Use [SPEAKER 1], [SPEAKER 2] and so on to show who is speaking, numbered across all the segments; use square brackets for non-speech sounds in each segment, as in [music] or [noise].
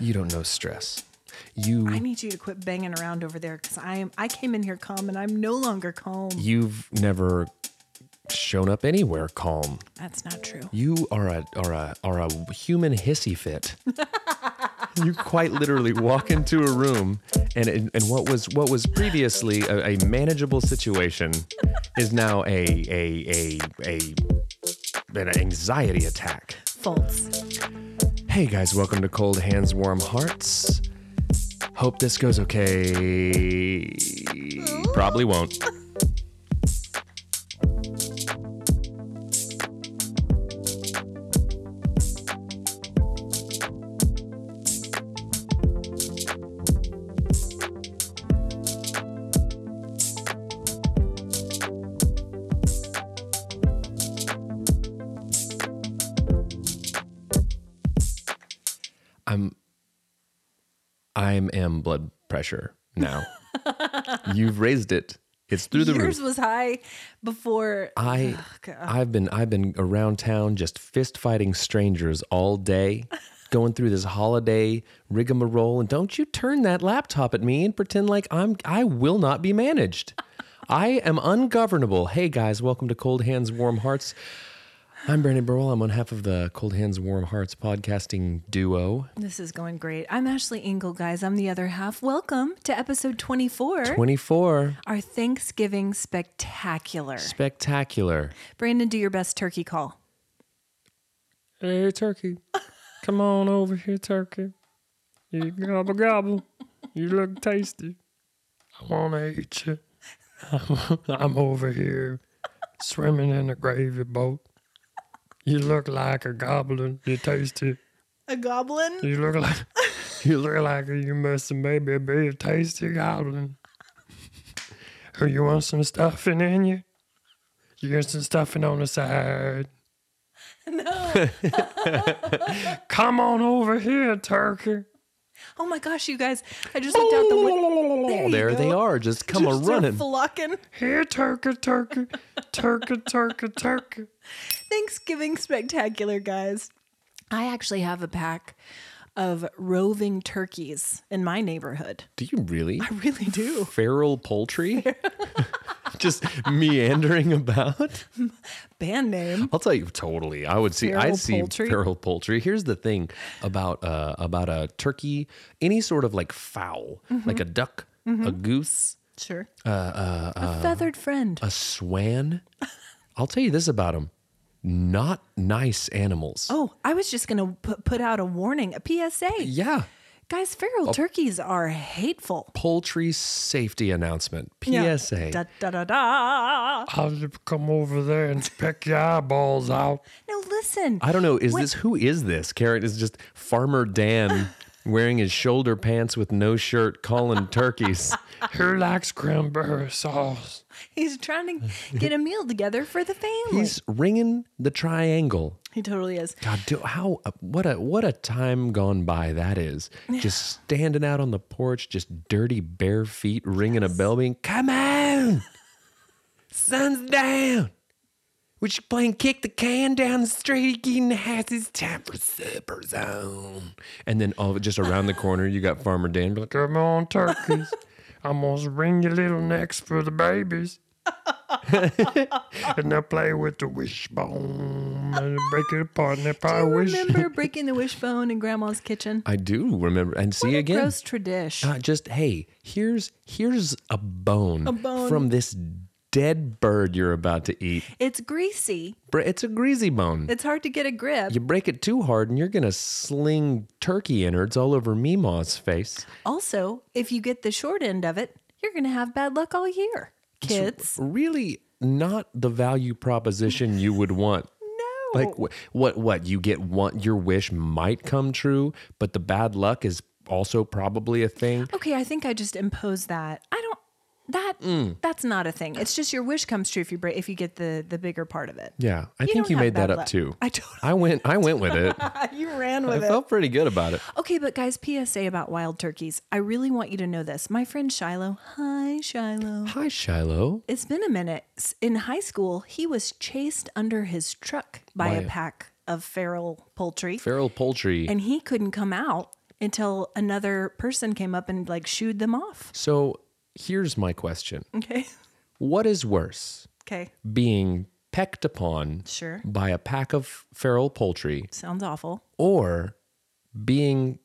[SPEAKER 1] You don't know stress. You
[SPEAKER 2] I need you to quit banging around over there because I am. I came in here calm, and I'm no longer calm.
[SPEAKER 1] you've never shown up anywhere calm.
[SPEAKER 2] That's not true.
[SPEAKER 1] You are a are a are a human hissy fit. you quite literally walk into a room, and and and what was what was previously a, a manageable situation is now a a a a an anxiety attack.
[SPEAKER 2] False.
[SPEAKER 1] Hey guys, welcome to Cold Hands Warm Hearts. Hope this goes okay. Probably won't. I'm I'm am blood pressure now. You've raised it. It's through the
[SPEAKER 2] Yours
[SPEAKER 1] roof.
[SPEAKER 2] was high before.
[SPEAKER 1] I I've been I've been around town just fist fighting strangers all day, going through this holiday rigmarole. And don't you turn that laptop at me and pretend like I'm I will not be managed. I am ungovernable. Hey guys, welcome to Cold Hands Warm Hearts. I'm Brandon Burwell. I'm on half of the Cold Hands Warm Hearts podcasting duo.
[SPEAKER 2] This is going great. I'm Ashley Engel, guys. I'm the other half. Welcome to episode 24,
[SPEAKER 1] 24.
[SPEAKER 2] our Thanksgiving spectacular.
[SPEAKER 1] Spectacular.
[SPEAKER 2] Brandon, do your best turkey call.
[SPEAKER 3] Hey, turkey. Come on over here, turkey. You gobble gobble. You look tasty. I want to eat you. I'm, [laughs] I'm over here swimming in a gravy boat. You look like a goblin. You tasty.
[SPEAKER 2] A goblin?
[SPEAKER 3] You look like you look like you must maybe be a tasty goblin. Oh, you want some stuffing in you? You got some stuffing on the side.
[SPEAKER 2] [laughs] No.
[SPEAKER 3] Come on over here, turkey.
[SPEAKER 2] Oh my gosh, you guys. I just looked out the window. There, you
[SPEAKER 1] There they
[SPEAKER 2] go.
[SPEAKER 1] are, just come a
[SPEAKER 2] Just they're
[SPEAKER 1] running.
[SPEAKER 2] Flocking.
[SPEAKER 3] Here, turkey, turkey, turkey, turkey, turkey.
[SPEAKER 2] Thanksgiving spectacular, guys. I actually have a pack of roving turkeys in my neighborhood.
[SPEAKER 1] Do you really?
[SPEAKER 2] I really do.
[SPEAKER 1] Feral poultry? [laughs] just meandering about?
[SPEAKER 2] Band name.
[SPEAKER 1] I'll tell you totally. I would see
[SPEAKER 2] Feral
[SPEAKER 1] I'd see
[SPEAKER 2] poultry?
[SPEAKER 1] feral poultry. Here's the thing about uh about a turkey, any sort of like fowl,
[SPEAKER 2] Mm-hmm.
[SPEAKER 1] like a duck, a goose,
[SPEAKER 2] Sure.
[SPEAKER 1] Uh,
[SPEAKER 2] a feathered friend.
[SPEAKER 1] a swan. I'll tell you this about them. Not nice animals.
[SPEAKER 2] Oh, I was just going to put, put out a warning, a PSA.
[SPEAKER 1] Yeah.
[SPEAKER 2] Guys,
[SPEAKER 1] Oh.
[SPEAKER 2] feral turkeys are hateful.
[SPEAKER 1] Poultry safety announcement.
[SPEAKER 2] Yeah.
[SPEAKER 1] PSA.
[SPEAKER 2] Da, da, da, da.
[SPEAKER 1] Ah.
[SPEAKER 3] I'll just come over there and pick your eyeballs out.
[SPEAKER 2] Now, listen.
[SPEAKER 1] I don't know. Is
[SPEAKER 2] What-
[SPEAKER 1] this who is this? Carrot is just Farmer
[SPEAKER 2] [laughs]
[SPEAKER 1] Dan wearing his shoulder pants with no shirt, calling
[SPEAKER 2] [laughs]
[SPEAKER 1] turkeys.
[SPEAKER 3] Who likes cranberry sauce?
[SPEAKER 2] He's trying to get a meal together for the family.
[SPEAKER 1] He's ringing the triangle.
[SPEAKER 2] he totally is.
[SPEAKER 1] God, do, how uh, what a what a time gone by that is. Just standing out on the porch, just dirty bare feet, ringing a bell, being "Come on, sun's down." We're just playing kick the can down the street, getting the house. It's time for supper zone. And then all just around the corner, you got Farmer Dan be like,
[SPEAKER 3] Come
[SPEAKER 2] [laughs]
[SPEAKER 3] on, turkeys. I'm gonna wring your little necks for the babies. and they'll play with the wishbone and break it apart and they
[SPEAKER 2] I
[SPEAKER 3] probably wish.
[SPEAKER 1] [laughs]
[SPEAKER 2] remember breaking the wishbone in grandma's kitchen.
[SPEAKER 1] I do remember and see
[SPEAKER 2] What a
[SPEAKER 1] again.
[SPEAKER 2] Gross tradition.
[SPEAKER 1] Uh, just hey, here's here's a bone,
[SPEAKER 2] bone.
[SPEAKER 1] from this dead bird you're about to eat.
[SPEAKER 2] It's greasy.
[SPEAKER 1] Br- It's a greasy bone.
[SPEAKER 2] It's hard to get a grip.
[SPEAKER 1] you break it too hard, and you're gonna sling turkey innards all over Meemaw's face.
[SPEAKER 2] Also, if you get the short end of it, you're going to have bad luck all year. Kids.
[SPEAKER 1] Really, not the value proposition you would
[SPEAKER 2] [laughs]
[SPEAKER 1] want.
[SPEAKER 2] No.
[SPEAKER 1] Like wh- what? What you get? One, your wish might come true, but the bad luck is also probably a thing.
[SPEAKER 2] Okay, I think I just imposed that. I don't that
[SPEAKER 1] Mm.
[SPEAKER 2] that's not a thing. It's just your wish comes true if you break if you get the the bigger part of it.
[SPEAKER 1] Yeah, I think
[SPEAKER 2] don't
[SPEAKER 1] you
[SPEAKER 2] have
[SPEAKER 1] made that
[SPEAKER 2] bad
[SPEAKER 1] up
[SPEAKER 2] luck.
[SPEAKER 1] too.
[SPEAKER 2] [laughs] I totally-
[SPEAKER 1] I went. I went with
[SPEAKER 2] [laughs]
[SPEAKER 1] it.
[SPEAKER 2] you ran
[SPEAKER 1] I
[SPEAKER 2] with it.
[SPEAKER 1] felt pretty good about it.
[SPEAKER 2] Okay, but guys, PSA about wild turkeys. I really want you to know this. My friend Shiloh, hi Shiloh.
[SPEAKER 1] Hi, Shiloh.
[SPEAKER 2] It's been a minute. S- In high school, he was chased under his truck by a pack of feral poultry
[SPEAKER 1] Feral poultry.
[SPEAKER 2] and he couldn't come out until another person came up and like shooed them off.
[SPEAKER 1] So here's my question
[SPEAKER 2] Okay.
[SPEAKER 1] What is worse,
[SPEAKER 2] Okay.
[SPEAKER 1] being pecked upon
[SPEAKER 2] Sure.
[SPEAKER 1] by a pack of feral poultry
[SPEAKER 2] Sounds awful.
[SPEAKER 1] or being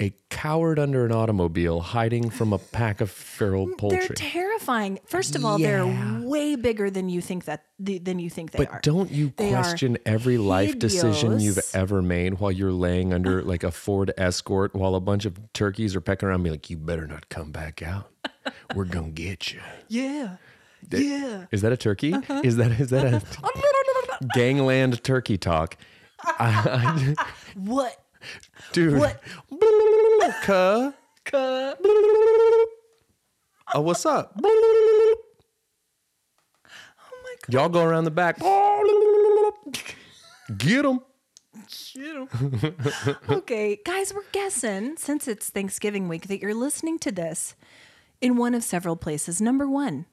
[SPEAKER 1] a coward under an automobile hiding from a pack of feral
[SPEAKER 2] They're
[SPEAKER 1] poultry?
[SPEAKER 2] terrifying. First of all,
[SPEAKER 1] Yeah.
[SPEAKER 2] they're way bigger than you think that th- than you think they
[SPEAKER 1] But
[SPEAKER 2] are.
[SPEAKER 1] don't you
[SPEAKER 2] They are
[SPEAKER 1] question every life decision you've
[SPEAKER 2] hideous. Uh.
[SPEAKER 1] ever made while you're laying under like a Ford Escort while a bunch of turkeys are pecking around? Be like, you better not come back out. We're gonna get you.
[SPEAKER 2] yeah. yeah.
[SPEAKER 1] Is that a turkey?
[SPEAKER 2] Uh-huh.
[SPEAKER 1] Is that is that
[SPEAKER 2] [laughs]
[SPEAKER 1] a gangland turkey talk?
[SPEAKER 2] What?
[SPEAKER 1] Dude.
[SPEAKER 2] What?
[SPEAKER 1] [laughs] Cuh.
[SPEAKER 2] Cuh.
[SPEAKER 1] Oh, what's up?
[SPEAKER 2] Oh my god.
[SPEAKER 1] Y'all go around the back. Get them.
[SPEAKER 2] Shit. okay, guys, we're guessing since it's Thanksgiving week that you're listening to this in one of several places. Number one,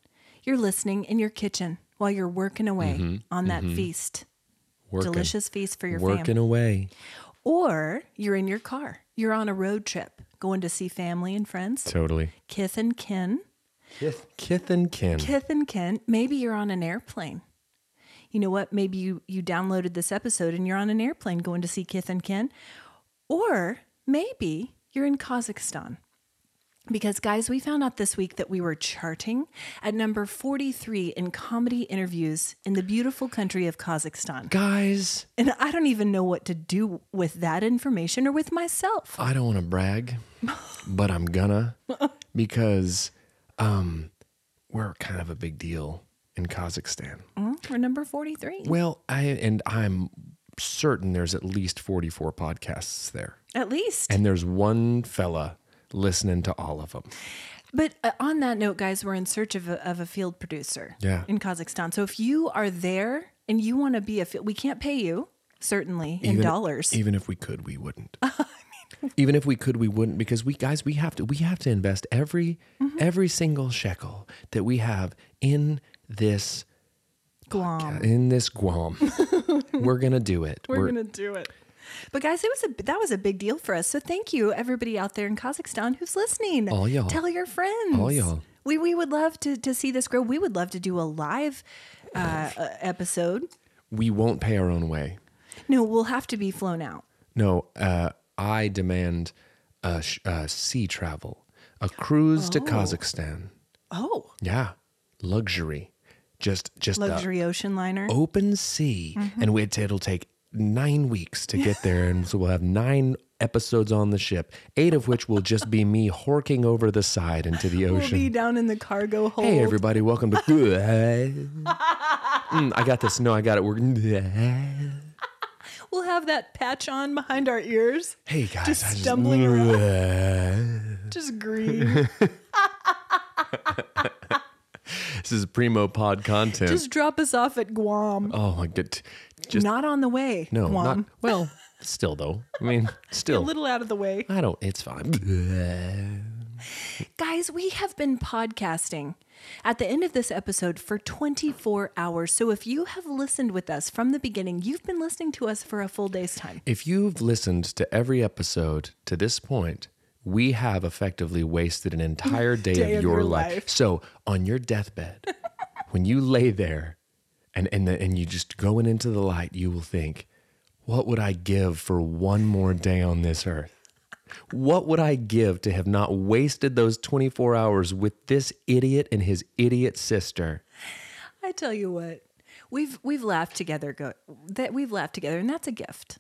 [SPEAKER 2] you're listening in your kitchen while you're working away
[SPEAKER 1] Mm-hmm.
[SPEAKER 2] on that feast,
[SPEAKER 1] Working,
[SPEAKER 2] delicious feast for your
[SPEAKER 1] working
[SPEAKER 2] family.
[SPEAKER 1] away.
[SPEAKER 2] Or you're in your car, you're on a road trip, going to see family and friends,
[SPEAKER 1] Totally.
[SPEAKER 2] kith and kin.
[SPEAKER 1] Kith, kith and kin.
[SPEAKER 2] Kith and kin, maybe you're on an airplane. You know what? Maybe you you downloaded this episode and you're on an airplane going to see Kith and Kin. Or maybe you're in Kazakhstan. Because guys, we found out this week that we were charting at number 43 in comedy interviews in the beautiful country of Kazakhstan.
[SPEAKER 1] Guys,
[SPEAKER 2] And I don't even know what to do with that information or with myself.
[SPEAKER 1] I don't want to brag, but I'm gonna
[SPEAKER 2] [laughs]
[SPEAKER 1] because um, we're kind of a big deal in Kazakhstan.
[SPEAKER 2] Mm, We're number 43.
[SPEAKER 1] Well, I and I'm certain there's at least 44 podcasts there,
[SPEAKER 2] At least.
[SPEAKER 1] and there's one fella listening to all of them.
[SPEAKER 2] But uh, on that note, guys, we're in search of a, of a field producer
[SPEAKER 1] Yeah.
[SPEAKER 2] in Kazakhstan. So if you are there and you want to be a field, we can't pay you, certainly, in dollars.
[SPEAKER 1] Even if we could, we
[SPEAKER 2] [laughs]
[SPEAKER 1] wouldn't. even if we could, we wouldn't because we guys we have to we have to invest every
[SPEAKER 2] Mm-hmm.
[SPEAKER 1] every single shekel that we have in this
[SPEAKER 2] Guam.
[SPEAKER 1] in this
[SPEAKER 2] [laughs]
[SPEAKER 1] Guam. we're gonna do it.
[SPEAKER 2] We're, going to do it. But guys, it was a that was a big deal for us. So thank you everybody out there in Kazakhstan who's listening.
[SPEAKER 1] All y'all.
[SPEAKER 2] Tell your friends.
[SPEAKER 1] All y'all.
[SPEAKER 2] We we would love to to see this grow. We would love to do a live uh, uh, episode.
[SPEAKER 1] we won't pay our own way.
[SPEAKER 2] No, we'll have to be flown out.
[SPEAKER 1] No, uh, I demand uh, sh- uh, sea travel, a cruise to Kazakhstan.
[SPEAKER 2] Oh,
[SPEAKER 1] Yeah, luxury, just just the
[SPEAKER 2] luxury ocean liner.
[SPEAKER 1] open sea,
[SPEAKER 2] Mm-hmm.
[SPEAKER 1] and we it'll take nine weeks to get there, and so we'll have nine episodes on the ship, eight of which will just be me horking over the side into the
[SPEAKER 2] we'll be
[SPEAKER 1] ocean.
[SPEAKER 2] down in the cargo hold.
[SPEAKER 1] Hey everybody, welcome to.
[SPEAKER 2] [laughs]
[SPEAKER 1] Mm, I got this. No, I got it. We're.
[SPEAKER 2] We'll have that patch on behind our ears,
[SPEAKER 1] Hey guys,
[SPEAKER 2] Just
[SPEAKER 1] I
[SPEAKER 2] stumbling
[SPEAKER 1] around. [laughs]
[SPEAKER 2] just green.
[SPEAKER 1] This is primo pod content.
[SPEAKER 2] just drop us off at Guam.
[SPEAKER 1] oh my god, just
[SPEAKER 2] not on the way.
[SPEAKER 1] no,
[SPEAKER 2] Guam.
[SPEAKER 1] not well. Still though, I
[SPEAKER 2] [laughs]
[SPEAKER 1] mean,
[SPEAKER 2] a
[SPEAKER 1] still,
[SPEAKER 2] little out of the way.
[SPEAKER 1] I don't. It's fine.
[SPEAKER 2] Guys, we have been podcasting at the end of this episode for 24 hours. So if you have listened with us from the beginning, you've been listening to us for a full day's time.
[SPEAKER 1] If you've listened to every episode to this point, we have effectively wasted an entire day,
[SPEAKER 2] Day
[SPEAKER 1] of,
[SPEAKER 2] of
[SPEAKER 1] your
[SPEAKER 2] your
[SPEAKER 1] life.
[SPEAKER 2] life.
[SPEAKER 1] So on your deathbed, when you lay there, and and the, and you just going into the light, you will think, "What would I give for one more day on this earth? What would I give to have not wasted those twenty four hours with this idiot and his idiot sister?"
[SPEAKER 2] I tell you what, we've we've laughed together. Go, that we've laughed together, and that's a gift.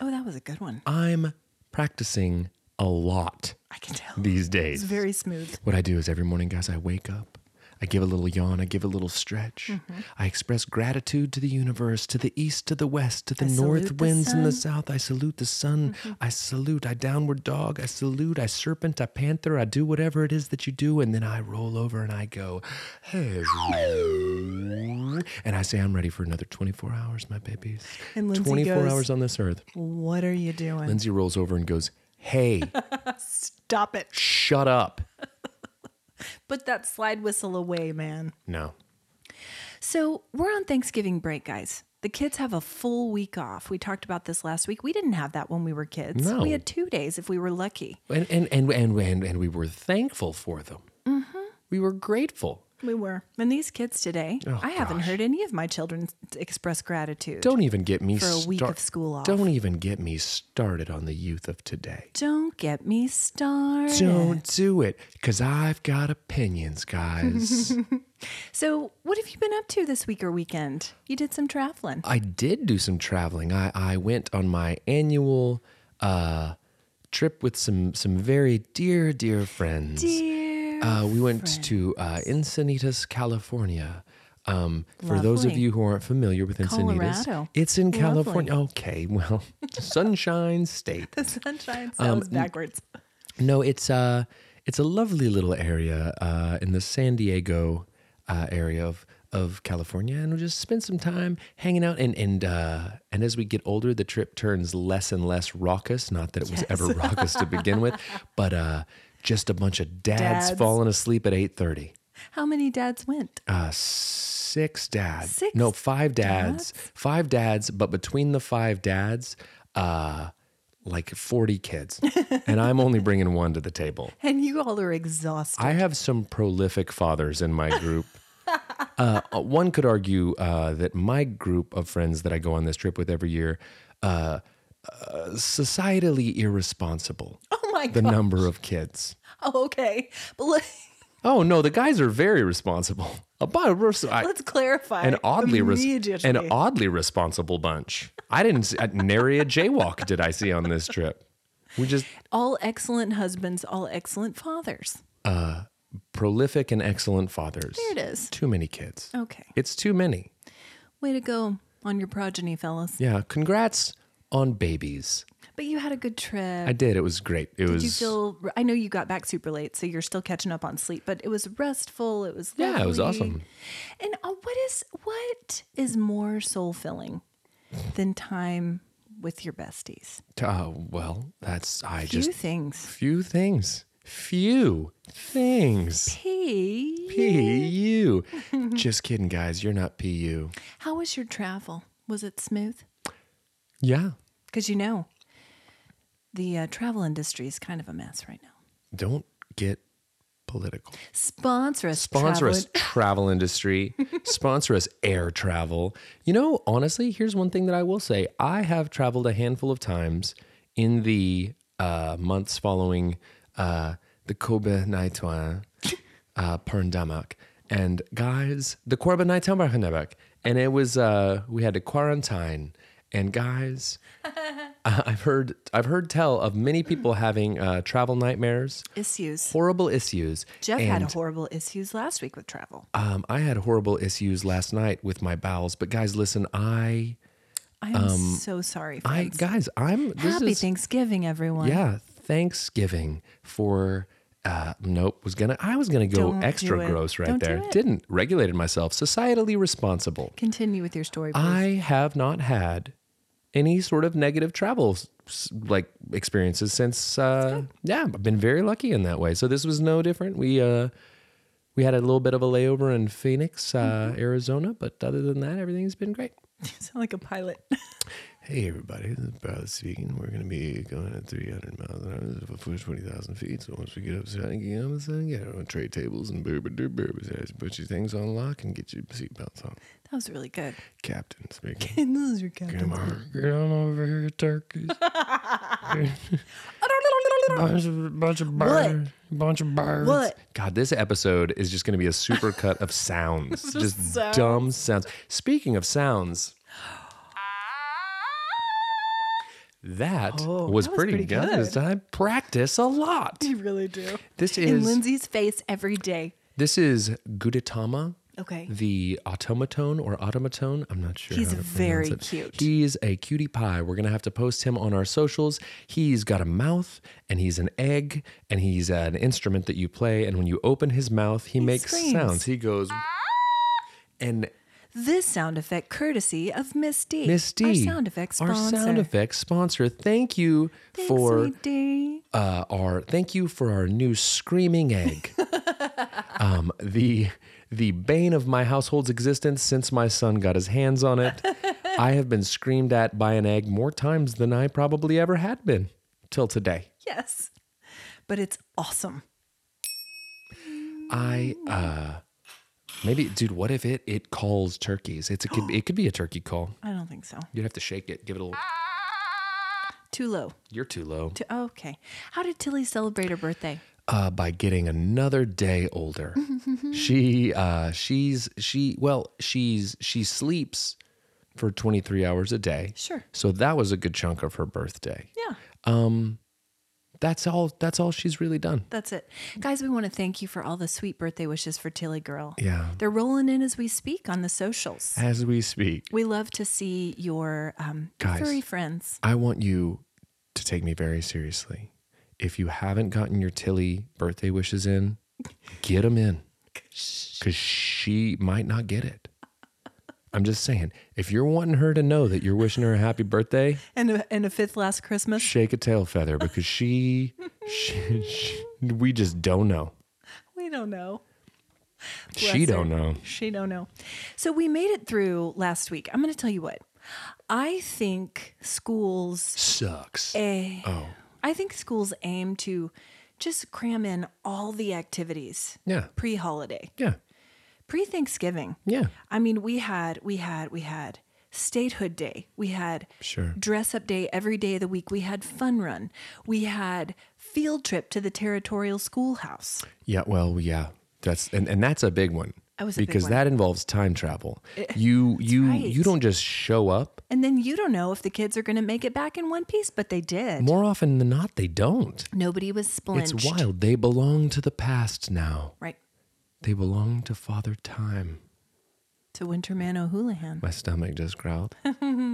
[SPEAKER 2] Oh, that was a good one.
[SPEAKER 1] I'm practicing a lot
[SPEAKER 2] I can tell.
[SPEAKER 1] these days.
[SPEAKER 2] It's very smooth.
[SPEAKER 1] What I do is every morning, guys, I wake up. I give a little yawn. I give a little stretch.
[SPEAKER 2] Mm-hmm.
[SPEAKER 1] I express gratitude to the universe, to the east, to the west, to the
[SPEAKER 2] I
[SPEAKER 1] north
[SPEAKER 2] salute the Mm-hmm.
[SPEAKER 1] winds and the south. I salute the sun. I salute. I downward dog. I salute. I serpent. I panther. I do whatever it is that you do. And then I roll over and I go, hello. And I say, I'm ready for another 24 hours, my babies.
[SPEAKER 2] And Lindsay
[SPEAKER 1] 24
[SPEAKER 2] goes-
[SPEAKER 1] hours on this earth.
[SPEAKER 2] What are you doing?
[SPEAKER 1] Lindsay rolls over and goes, hey,
[SPEAKER 2] Stop it.
[SPEAKER 1] shut up.
[SPEAKER 2] Put that slide whistle away, man.
[SPEAKER 1] No.
[SPEAKER 2] So we're on Thanksgiving break, guys. The kids have a full week off. We talked about this last week. We didn't have that when we were kids.
[SPEAKER 1] No.
[SPEAKER 2] We had two days if we were lucky.
[SPEAKER 1] And and and and and, and we were thankful for them. Mm-hmm. We were grateful.
[SPEAKER 2] We were. And these kids today, I haven't heard any of my children express gratitude.
[SPEAKER 1] Oh, Don't even get me
[SPEAKER 2] For a week
[SPEAKER 1] star-
[SPEAKER 2] of school off.
[SPEAKER 1] Don't even get me started on the youth of today.
[SPEAKER 2] Don't get me started.
[SPEAKER 1] Don't do it, cause I've got opinions,
[SPEAKER 2] [laughs]
[SPEAKER 1] guys.
[SPEAKER 2] So, what have you been up to this week or weekend? You did some traveling.
[SPEAKER 1] I did do some traveling. I, I went on my annual uh, trip with some some very dear dear friends.
[SPEAKER 2] Dear.
[SPEAKER 1] Uh, we went to uh, Encinitas, California. Um, for those of
[SPEAKER 2] Lovely.
[SPEAKER 1] you who aren't familiar with Encinitas,
[SPEAKER 2] Colorado.
[SPEAKER 1] it's in
[SPEAKER 2] Lovely.
[SPEAKER 1] California. Okay, well, [laughs] sunshine
[SPEAKER 2] [laughs]
[SPEAKER 1] state.
[SPEAKER 2] the sunshine sounds
[SPEAKER 1] um,
[SPEAKER 2] backwards.
[SPEAKER 1] No, it's uh, it's a lovely little area uh, in the San Diego uh, area of of California, and we'll just spend some time hanging out. And and uh, and as we get older, the trip turns less and less raucous. Not that it was ever raucous to begin
[SPEAKER 2] [laughs]
[SPEAKER 1] with, but uh, just a bunch of dads,
[SPEAKER 2] Dads.
[SPEAKER 1] falling asleep at eight thirty.
[SPEAKER 2] How many dads went?
[SPEAKER 1] Uh, six dads.
[SPEAKER 2] Six
[SPEAKER 1] no, five dads. Five dads, but between the five dads, uh, like 40
[SPEAKER 2] [laughs]
[SPEAKER 1] kids. and I'm only bringing one to the table.
[SPEAKER 2] And you all are exhausted.
[SPEAKER 1] I have some prolific fathers in my
[SPEAKER 2] [laughs]
[SPEAKER 1] group. uh, one could argue uh, that my group of friends that I go on this trip with every year, uh, uh, societally irresponsible,
[SPEAKER 2] oh my
[SPEAKER 1] the
[SPEAKER 2] god.
[SPEAKER 1] number of kids.
[SPEAKER 2] Oh, okay. But let,
[SPEAKER 1] Oh, no, the guys are very responsible. [laughs] About, I,
[SPEAKER 2] let's clarify.
[SPEAKER 1] an oddly res-
[SPEAKER 2] immediately.
[SPEAKER 1] an oddly responsible bunch. I didn't see, nary a jaywalk did I see on this trip. We just
[SPEAKER 2] all excellent husbands, all excellent fathers.
[SPEAKER 1] prolific and excellent fathers.
[SPEAKER 2] There it is. Oh.
[SPEAKER 1] Too many kids.
[SPEAKER 2] Okay.
[SPEAKER 1] It's too many.
[SPEAKER 2] Way to go on your progeny, fellas.
[SPEAKER 1] Yeah. Congrats on babies.
[SPEAKER 2] But you had a good trip.
[SPEAKER 1] I did. It was great. It was
[SPEAKER 2] Did you feel? I know you got back super late, so you're still catching up on sleep. But it was restful. It was
[SPEAKER 1] Yeah, it was
[SPEAKER 2] lovely.
[SPEAKER 1] awesome.
[SPEAKER 2] And uh, what is what is more soul filling than time with your besties?
[SPEAKER 1] uh, well. That's I
[SPEAKER 2] Few
[SPEAKER 1] just
[SPEAKER 2] things.
[SPEAKER 1] few things. Few things.
[SPEAKER 2] P.
[SPEAKER 1] PU.
[SPEAKER 2] [laughs]
[SPEAKER 1] just kidding, guys. You're not PU.
[SPEAKER 2] How was your travel? Was it smooth?
[SPEAKER 1] Yeah.
[SPEAKER 2] Because you know, the uh, travel industry is kind of a mess right now.
[SPEAKER 1] Don't get political.
[SPEAKER 2] Sponsor us.
[SPEAKER 1] Sponsor
[SPEAKER 2] travel-
[SPEAKER 1] us,
[SPEAKER 2] [laughs]
[SPEAKER 1] travel industry. Sponsor us, air travel. You know, honestly, here's one thing that I will say I have traveled a handful of times in the uh, months following uh, the Kobe Naitwa uh, pandemic. And guys, the Kobe Naitwa pandemic. And it was, uh, we had to quarantine. And guys,
[SPEAKER 2] [laughs]
[SPEAKER 1] I- I've heard I've heard tell of many people having uh, travel nightmares,
[SPEAKER 2] Issues.
[SPEAKER 1] horrible issues.
[SPEAKER 2] Jeff
[SPEAKER 1] and
[SPEAKER 2] had horrible issues last week with travel.
[SPEAKER 1] um, I had horrible issues last night with my bowels, but guys, listen, I,
[SPEAKER 2] I am so sorry.
[SPEAKER 1] Um, I,
[SPEAKER 2] Friends.
[SPEAKER 1] guys, I'm this
[SPEAKER 2] Happy
[SPEAKER 1] is
[SPEAKER 2] Thanksgiving, everyone.
[SPEAKER 1] yeah, Thanksgiving for. Uh, nope, was gonna. I was gonna go
[SPEAKER 2] Don't do
[SPEAKER 1] extra
[SPEAKER 2] it.
[SPEAKER 1] gross right
[SPEAKER 2] Don't do
[SPEAKER 1] there.
[SPEAKER 2] it.
[SPEAKER 1] Didn't regulated myself. Societally responsible.
[SPEAKER 2] Continue with your story, please.
[SPEAKER 1] I have not had any sort of negative travel s- like experiences since. Uh, yeah, I've been very lucky in that way. So this was no different. We uh, we had a little bit of a layover in Phoenix, uh, Arizona, but other than that, everything's been great.
[SPEAKER 2] you [laughs] sound like a pilot.
[SPEAKER 4] Hey everybody, this is Brad speaking. We're gonna be going at 300 miles an hour. This is the first 20,000 feet. So once we get up, to get on the sun, get on trade tables and boober do boobers. Put your things on lock and get your seatbelts on.
[SPEAKER 2] That was really good.
[SPEAKER 4] Captain speaking.
[SPEAKER 2] And this is your captain. [laughs]
[SPEAKER 4] Come on.
[SPEAKER 3] Get on over here, turkeys. bunch of bunch of birds. Bunch of birds.
[SPEAKER 2] What?
[SPEAKER 1] God, this episode is just going to be a super cut [laughs] of sounds, just
[SPEAKER 2] sounds.
[SPEAKER 1] dumb sounds. Speaking of sounds, Oh, that was,
[SPEAKER 2] that was
[SPEAKER 1] pretty,
[SPEAKER 2] pretty
[SPEAKER 1] good. I practice a lot.
[SPEAKER 2] You really do.
[SPEAKER 1] This
[SPEAKER 2] In
[SPEAKER 1] is
[SPEAKER 2] Lindsay's face every day.
[SPEAKER 1] This is Gudetama,
[SPEAKER 2] Okay.
[SPEAKER 1] the automaton or automaton. I'm not sure.
[SPEAKER 2] He's
[SPEAKER 1] how to
[SPEAKER 2] very
[SPEAKER 1] pronounce it.
[SPEAKER 2] cute.
[SPEAKER 1] He's a cutie pie. We're gonna have to post him on our socials. He's got a mouth, and he's an egg, and he's an instrument that you play. And when you open his mouth, he, makes
[SPEAKER 2] screams. Ah!
[SPEAKER 1] sounds. He goes, and
[SPEAKER 2] This sound effect courtesy of Miss D.
[SPEAKER 1] Miss D,
[SPEAKER 2] Our sound effect
[SPEAKER 1] our
[SPEAKER 2] sponsor.
[SPEAKER 1] sound effect sponsor. Thank you
[SPEAKER 2] Thanks,
[SPEAKER 1] for
[SPEAKER 2] Sweet D.
[SPEAKER 1] uh, our thank you for our new screaming egg. um, the the bane of my household's existence since my son got his hands on it. I have been screamed at by an egg more times than I probably ever had been till today.
[SPEAKER 2] Yes. But it's awesome.
[SPEAKER 1] I uh maybe dude, what if it it calls turkeys? It's it could it could be a turkey call.
[SPEAKER 2] I don't think so.
[SPEAKER 1] You'd have to shake it, give it a little
[SPEAKER 2] Too low.
[SPEAKER 1] you're too low.
[SPEAKER 2] Too, oh, okay. How did Tilly celebrate her birthday?
[SPEAKER 1] uh, by getting another day older. she uh, she's she well she's she sleeps for 23 hours a day.
[SPEAKER 2] Sure.
[SPEAKER 1] So that was a good chunk of her birthday.
[SPEAKER 2] Yeah.
[SPEAKER 1] That's all that's all she's really done.
[SPEAKER 2] That's it. Guys, we want to thank you for all the sweet birthday wishes for Tilly Girl.
[SPEAKER 1] Yeah.
[SPEAKER 2] They're rolling in as we speak on the socials.
[SPEAKER 1] As we speak,
[SPEAKER 2] We love to see your um,
[SPEAKER 1] Guys.
[SPEAKER 2] furry friends.
[SPEAKER 1] I want you to take me very seriously. If you haven't gotten your Tilly birthday wishes in, get them in. Cuz she might not get it. I'm just saying, if you're wanting her to know that you're wishing her a happy birthday,
[SPEAKER 2] And a, and a fifth last Christmas.
[SPEAKER 1] shake a tail feather because she, she, she- we just don't know.
[SPEAKER 2] We don't know.
[SPEAKER 1] she
[SPEAKER 2] Bless her.
[SPEAKER 1] don't know.
[SPEAKER 2] She don't know. So we made it through last week. I'm going to tell you what. I think schools
[SPEAKER 1] Sucks.
[SPEAKER 2] eh,
[SPEAKER 1] oh
[SPEAKER 2] I think schools aim to just cram in all the activities
[SPEAKER 1] yeah,
[SPEAKER 2] pre-holiday,
[SPEAKER 1] yeah,
[SPEAKER 2] pre-Thanksgiving.
[SPEAKER 1] yeah.
[SPEAKER 2] I mean, we had we had we had statehood day. We had
[SPEAKER 1] Sure.
[SPEAKER 2] dress up day every day of the week. We had fun run. We had field trip to the territorial schoolhouse.
[SPEAKER 1] Yeah. Well, yeah. That's and, and that's a big one.
[SPEAKER 2] That was a big
[SPEAKER 1] because
[SPEAKER 2] one.
[SPEAKER 1] that involves time travel. you you
[SPEAKER 2] right.
[SPEAKER 1] you don't just show up.
[SPEAKER 2] And then you don't know if the kids are going to make it back in one piece, but they did.
[SPEAKER 1] More often than not, they don't.
[SPEAKER 2] Nobody was splinched.
[SPEAKER 1] It's wild. They belong to the past now.
[SPEAKER 2] Right.
[SPEAKER 1] They belong to Father Time.
[SPEAKER 2] To Winterman O'Houlihan.
[SPEAKER 1] My stomach just
[SPEAKER 2] [laughs]
[SPEAKER 1] growled.
[SPEAKER 2] You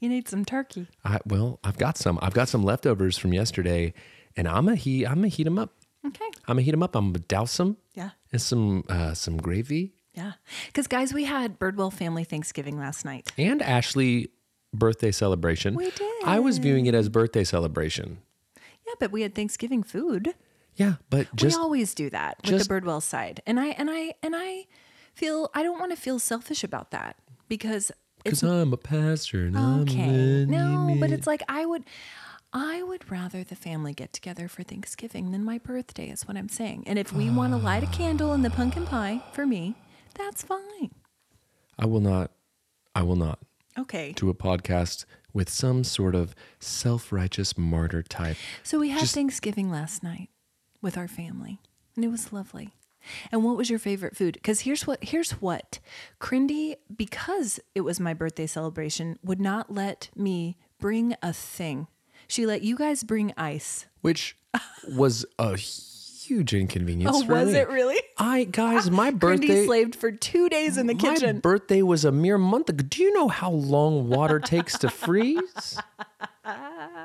[SPEAKER 2] need some turkey.
[SPEAKER 1] I well, I've got some. I've got some leftovers from yesterday, and I'm a heat. I'm gonna heat them up.
[SPEAKER 2] Okay.
[SPEAKER 1] I'm gonna heat them up. I'm gonna douse them
[SPEAKER 2] Yeah.
[SPEAKER 1] in some uh, some gravy.
[SPEAKER 2] Yeah. Because, guys, we had Birdwell Family Thanksgiving last night.
[SPEAKER 1] And Ashley birthday celebration.
[SPEAKER 2] We did.
[SPEAKER 1] I was viewing it as birthday celebration.
[SPEAKER 2] Yeah, but we had Thanksgiving food.
[SPEAKER 1] Yeah, but just
[SPEAKER 2] we always do that with
[SPEAKER 1] just-
[SPEAKER 2] the Birdwell side. And I and I and I feel I don't want to feel selfish about that because
[SPEAKER 1] because I'm a pastor and I'm
[SPEAKER 2] okay.
[SPEAKER 1] a-
[SPEAKER 2] No, but it's like I would I would rather the family get together for Thanksgiving than my birthday is what I'm saying. And if we want to light a candle in the pumpkin pie for me, that's fine.
[SPEAKER 1] I will not. I will not
[SPEAKER 2] Okay.
[SPEAKER 1] do a podcast with some sort of self-righteous martyr type.
[SPEAKER 2] So we had Thanksgiving last night with our family, and it was lovely. And what was your favorite food? Because here's what here's what Crindy, because it was my birthday celebration, would not let me bring a thing. She let you guys bring ice. [laughs]
[SPEAKER 1] which was a huge inconvenience.
[SPEAKER 2] Oh,
[SPEAKER 1] for
[SPEAKER 2] was
[SPEAKER 1] me.
[SPEAKER 2] it Ah, really?
[SPEAKER 1] I guys, my
[SPEAKER 2] Crindy
[SPEAKER 1] birthday.
[SPEAKER 2] slaved for two days in the
[SPEAKER 1] My
[SPEAKER 2] kitchen.
[SPEAKER 1] birthday was a mere month ago. Do you know how long water takes to
[SPEAKER 2] [laughs]
[SPEAKER 1] freeze?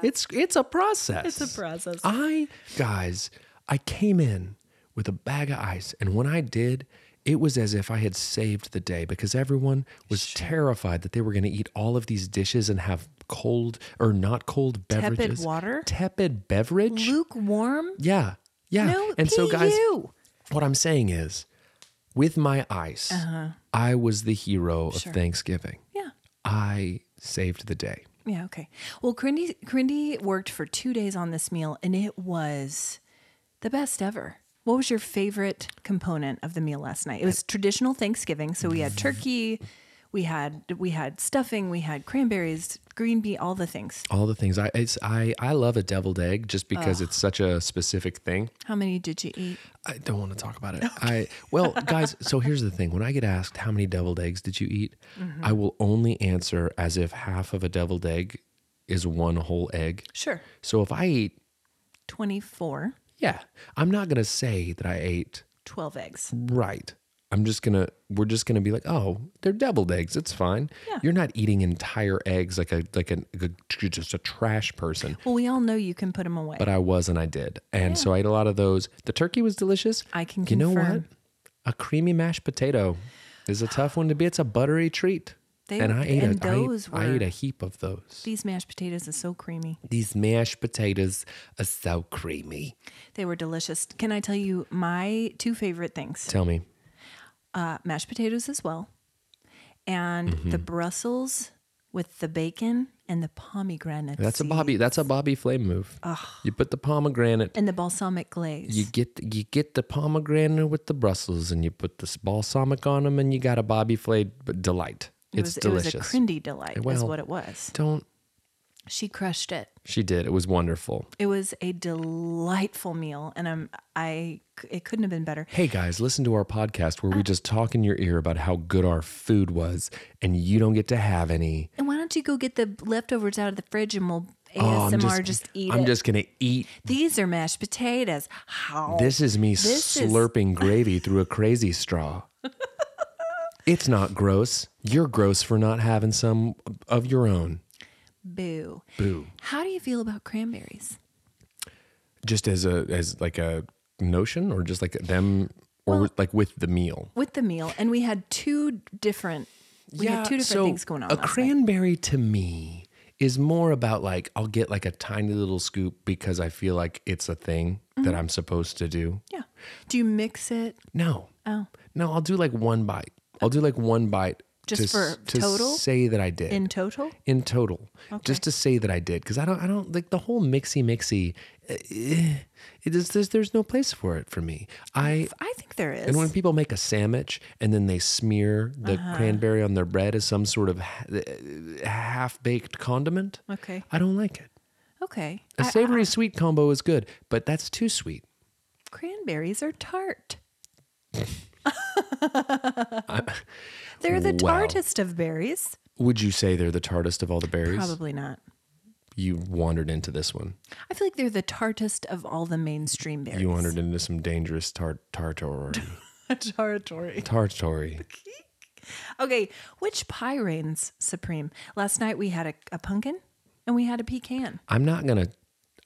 [SPEAKER 1] It's it's a process. It's a
[SPEAKER 2] process.
[SPEAKER 1] I guys, I came in with a bag of ice, and when I did, it was as if I had saved the day because everyone was terrified that they were going to eat all of these dishes and have cold or not cold
[SPEAKER 2] Tepid
[SPEAKER 1] beverages.
[SPEAKER 2] water?
[SPEAKER 1] Tepid beverage.
[SPEAKER 2] Lukewarm?
[SPEAKER 1] Yeah. Yeah.
[SPEAKER 2] No,
[SPEAKER 1] and so guys,
[SPEAKER 2] PU.
[SPEAKER 1] what I'm saying is with my ice, I was the hero of Thanksgiving.
[SPEAKER 2] Yeah.
[SPEAKER 1] I saved the day.
[SPEAKER 2] Yeah, okay. Well, Crindy, Crindy worked for two days on this meal, and it was the best ever. What was your favorite component of the meal last night? It was traditional Thanksgiving, so we had turkey, we had we had stuffing, we had cranberries, green bea, all the things.
[SPEAKER 1] All the things I it's I I love a deviled egg just because it's such a specific thing.
[SPEAKER 2] How many did you eat?
[SPEAKER 1] I don't want to talk about it. I well, guys, so here's the thing. When I get asked how many deviled eggs did you eat, I will only answer as if half of a deviled egg is one whole egg.
[SPEAKER 2] Sure,
[SPEAKER 1] So if I eat,
[SPEAKER 2] twenty four.
[SPEAKER 1] yeah, I'm not going to say that I ate
[SPEAKER 2] 12 eggs.
[SPEAKER 1] Right. I'm just gonna we're just gonna be like, oh, they're deviled eggs. It's fine.
[SPEAKER 2] Yeah.
[SPEAKER 1] You're not eating entire eggs like a like a, like a- just a trash person.
[SPEAKER 2] Well, we all know you can put them away.
[SPEAKER 1] But I was and I did, and so I ate a lot of those. The turkey was delicious.
[SPEAKER 2] I can
[SPEAKER 1] You know what?
[SPEAKER 2] confirm.
[SPEAKER 1] A creamy mashed potato is a tough one to beat. It's a buttery treat.
[SPEAKER 2] They-
[SPEAKER 1] and I ate
[SPEAKER 2] and
[SPEAKER 1] a,
[SPEAKER 2] those
[SPEAKER 1] I, ate, I
[SPEAKER 2] were-
[SPEAKER 1] ate a heap of those.
[SPEAKER 2] These mashed potatoes are so creamy.
[SPEAKER 1] These mashed potatoes are so creamy.
[SPEAKER 2] They were delicious. Can I tell you my two favorite things?
[SPEAKER 1] Tell me, Mm-hmm.
[SPEAKER 2] uh, mashed potatoes as well, and the Brussels with the bacon and the pomegranate.
[SPEAKER 1] That's a
[SPEAKER 2] seed
[SPEAKER 1] Bobby. That's a Bobby Flame move. You put the pomegranate.
[SPEAKER 2] And the balsamic glaze.
[SPEAKER 1] You get you get the pomegranate with the Brussels, and you put the balsamic on them, and you got a Bobby Flay delight.
[SPEAKER 2] it
[SPEAKER 1] It's
[SPEAKER 2] was,
[SPEAKER 1] delicious.
[SPEAKER 2] It was a crindy delight, is
[SPEAKER 1] Well-
[SPEAKER 2] what it was.
[SPEAKER 1] Don't.
[SPEAKER 2] She crushed it.
[SPEAKER 1] She did. It was wonderful.
[SPEAKER 2] It was a delightful meal, and I'm I c- it couldn't have been better.
[SPEAKER 1] Hey guys, listen to our podcast
[SPEAKER 2] Ah.
[SPEAKER 1] where we just talk in your ear about how good our food was, and you don't get to have any.
[SPEAKER 2] And why don't you go get the leftovers out of the fridge and we'll
[SPEAKER 1] Oh, I'm
[SPEAKER 2] ASMR just, eat
[SPEAKER 1] I'm
[SPEAKER 2] it.
[SPEAKER 1] just gonna eat.
[SPEAKER 2] These are mashed potatoes. How
[SPEAKER 1] This is me
[SPEAKER 2] This is- [laughs]
[SPEAKER 1] slurping gravy through a crazy straw. it's not gross. You're gross for not having some of your own.
[SPEAKER 2] boo.
[SPEAKER 1] Boo.
[SPEAKER 2] How do you feel about cranberries?
[SPEAKER 1] Just as a as like a notion, or just like them, or with- like with the meal.
[SPEAKER 2] With the meal, and we had two different we had two different
[SPEAKER 1] so
[SPEAKER 2] things going on.
[SPEAKER 1] A
[SPEAKER 2] last night.
[SPEAKER 1] cranberry to me is more about like I'll get like a tiny little scoop because I feel like it's a thing
[SPEAKER 2] Mm-hmm.
[SPEAKER 1] that I'm supposed to do.
[SPEAKER 2] Yeah. Do you mix it?
[SPEAKER 1] No.
[SPEAKER 2] Oh.
[SPEAKER 1] No, I'll do like one bite. I'll do like one bite
[SPEAKER 2] Just
[SPEAKER 1] to, s-
[SPEAKER 2] for
[SPEAKER 1] to
[SPEAKER 2] total?
[SPEAKER 1] say that I did.
[SPEAKER 2] In total?
[SPEAKER 1] in total, just to say that I did, because I don't, I don't like the whole mixy mixy. eh, It is there's, there's no place for it for me. I
[SPEAKER 2] I think there is.
[SPEAKER 1] and when people make a sandwich and then they smear the
[SPEAKER 2] Uh-huh.
[SPEAKER 1] cranberry on their bread as some sort of half baked condiment,
[SPEAKER 2] okay.
[SPEAKER 1] I don't like it.
[SPEAKER 2] Okay.
[SPEAKER 1] A
[SPEAKER 2] I-
[SPEAKER 1] savory sweet combo is good, but that's too sweet.
[SPEAKER 2] cranberries are tart. [laughs] They're the
[SPEAKER 1] Wow.
[SPEAKER 2] tartest of berries.
[SPEAKER 1] Would you say they're the tartest of all the berries?
[SPEAKER 2] Probably not.
[SPEAKER 1] You wandered into this one.
[SPEAKER 2] I feel like they're the tartest of all the mainstream berries.
[SPEAKER 1] You wandered into some dangerous tart tartary.
[SPEAKER 2] [laughs] Territory.
[SPEAKER 1] tartary.
[SPEAKER 2] [laughs] Okay, which pie reigns supreme? Last night we had a, a pumpkin and we had a pecan.
[SPEAKER 1] I'm not gonna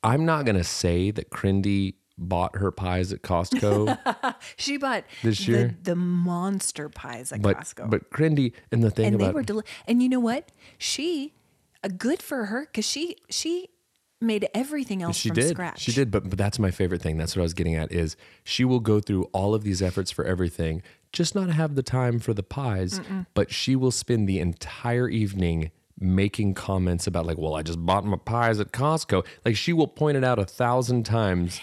[SPEAKER 1] I'm not gonna say that Crindy bought her pies at
[SPEAKER 2] [laughs]
[SPEAKER 1] Costco,
[SPEAKER 2] She bought
[SPEAKER 1] This
[SPEAKER 2] the-
[SPEAKER 1] year?
[SPEAKER 2] the, monster pies at
[SPEAKER 1] but
[SPEAKER 2] Costco.
[SPEAKER 1] but Crindy and the thing
[SPEAKER 2] and
[SPEAKER 1] about
[SPEAKER 2] they were deli- and you know what? She uh, good for her cuz she she made everything else
[SPEAKER 1] she
[SPEAKER 2] from
[SPEAKER 1] did
[SPEAKER 2] scratch.
[SPEAKER 1] she did but, but that's my favorite thing that's what i was getting at is she will go through all of these efforts for everything just not have the time for the pies but she will spend the entire evening making comments about like well i just bought my pies at costco like she will point it out a thousand times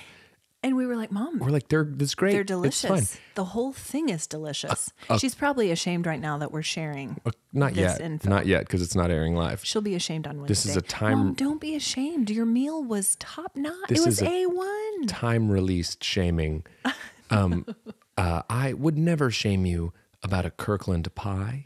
[SPEAKER 2] And we were like, "Mom,
[SPEAKER 1] we're like they're that's great
[SPEAKER 2] they're
[SPEAKER 1] it's fine Uh,
[SPEAKER 2] delicious. The whole thing
[SPEAKER 1] [laughs]
[SPEAKER 2] is delicious." She's probably ashamed right now that we're sharing.
[SPEAKER 1] not
[SPEAKER 2] This
[SPEAKER 1] yet
[SPEAKER 2] info.
[SPEAKER 1] not yet because it's not airing live
[SPEAKER 2] She'll be ashamed on Wednesday.
[SPEAKER 1] This is a time-
[SPEAKER 2] Mom, don't be ashamed. Your meal was top notch. It
[SPEAKER 1] This
[SPEAKER 2] was
[SPEAKER 1] is a-
[SPEAKER 2] a one.
[SPEAKER 1] time released shaming. Um,
[SPEAKER 2] [laughs]
[SPEAKER 1] uh, I would never shame you about a Kirkland pie,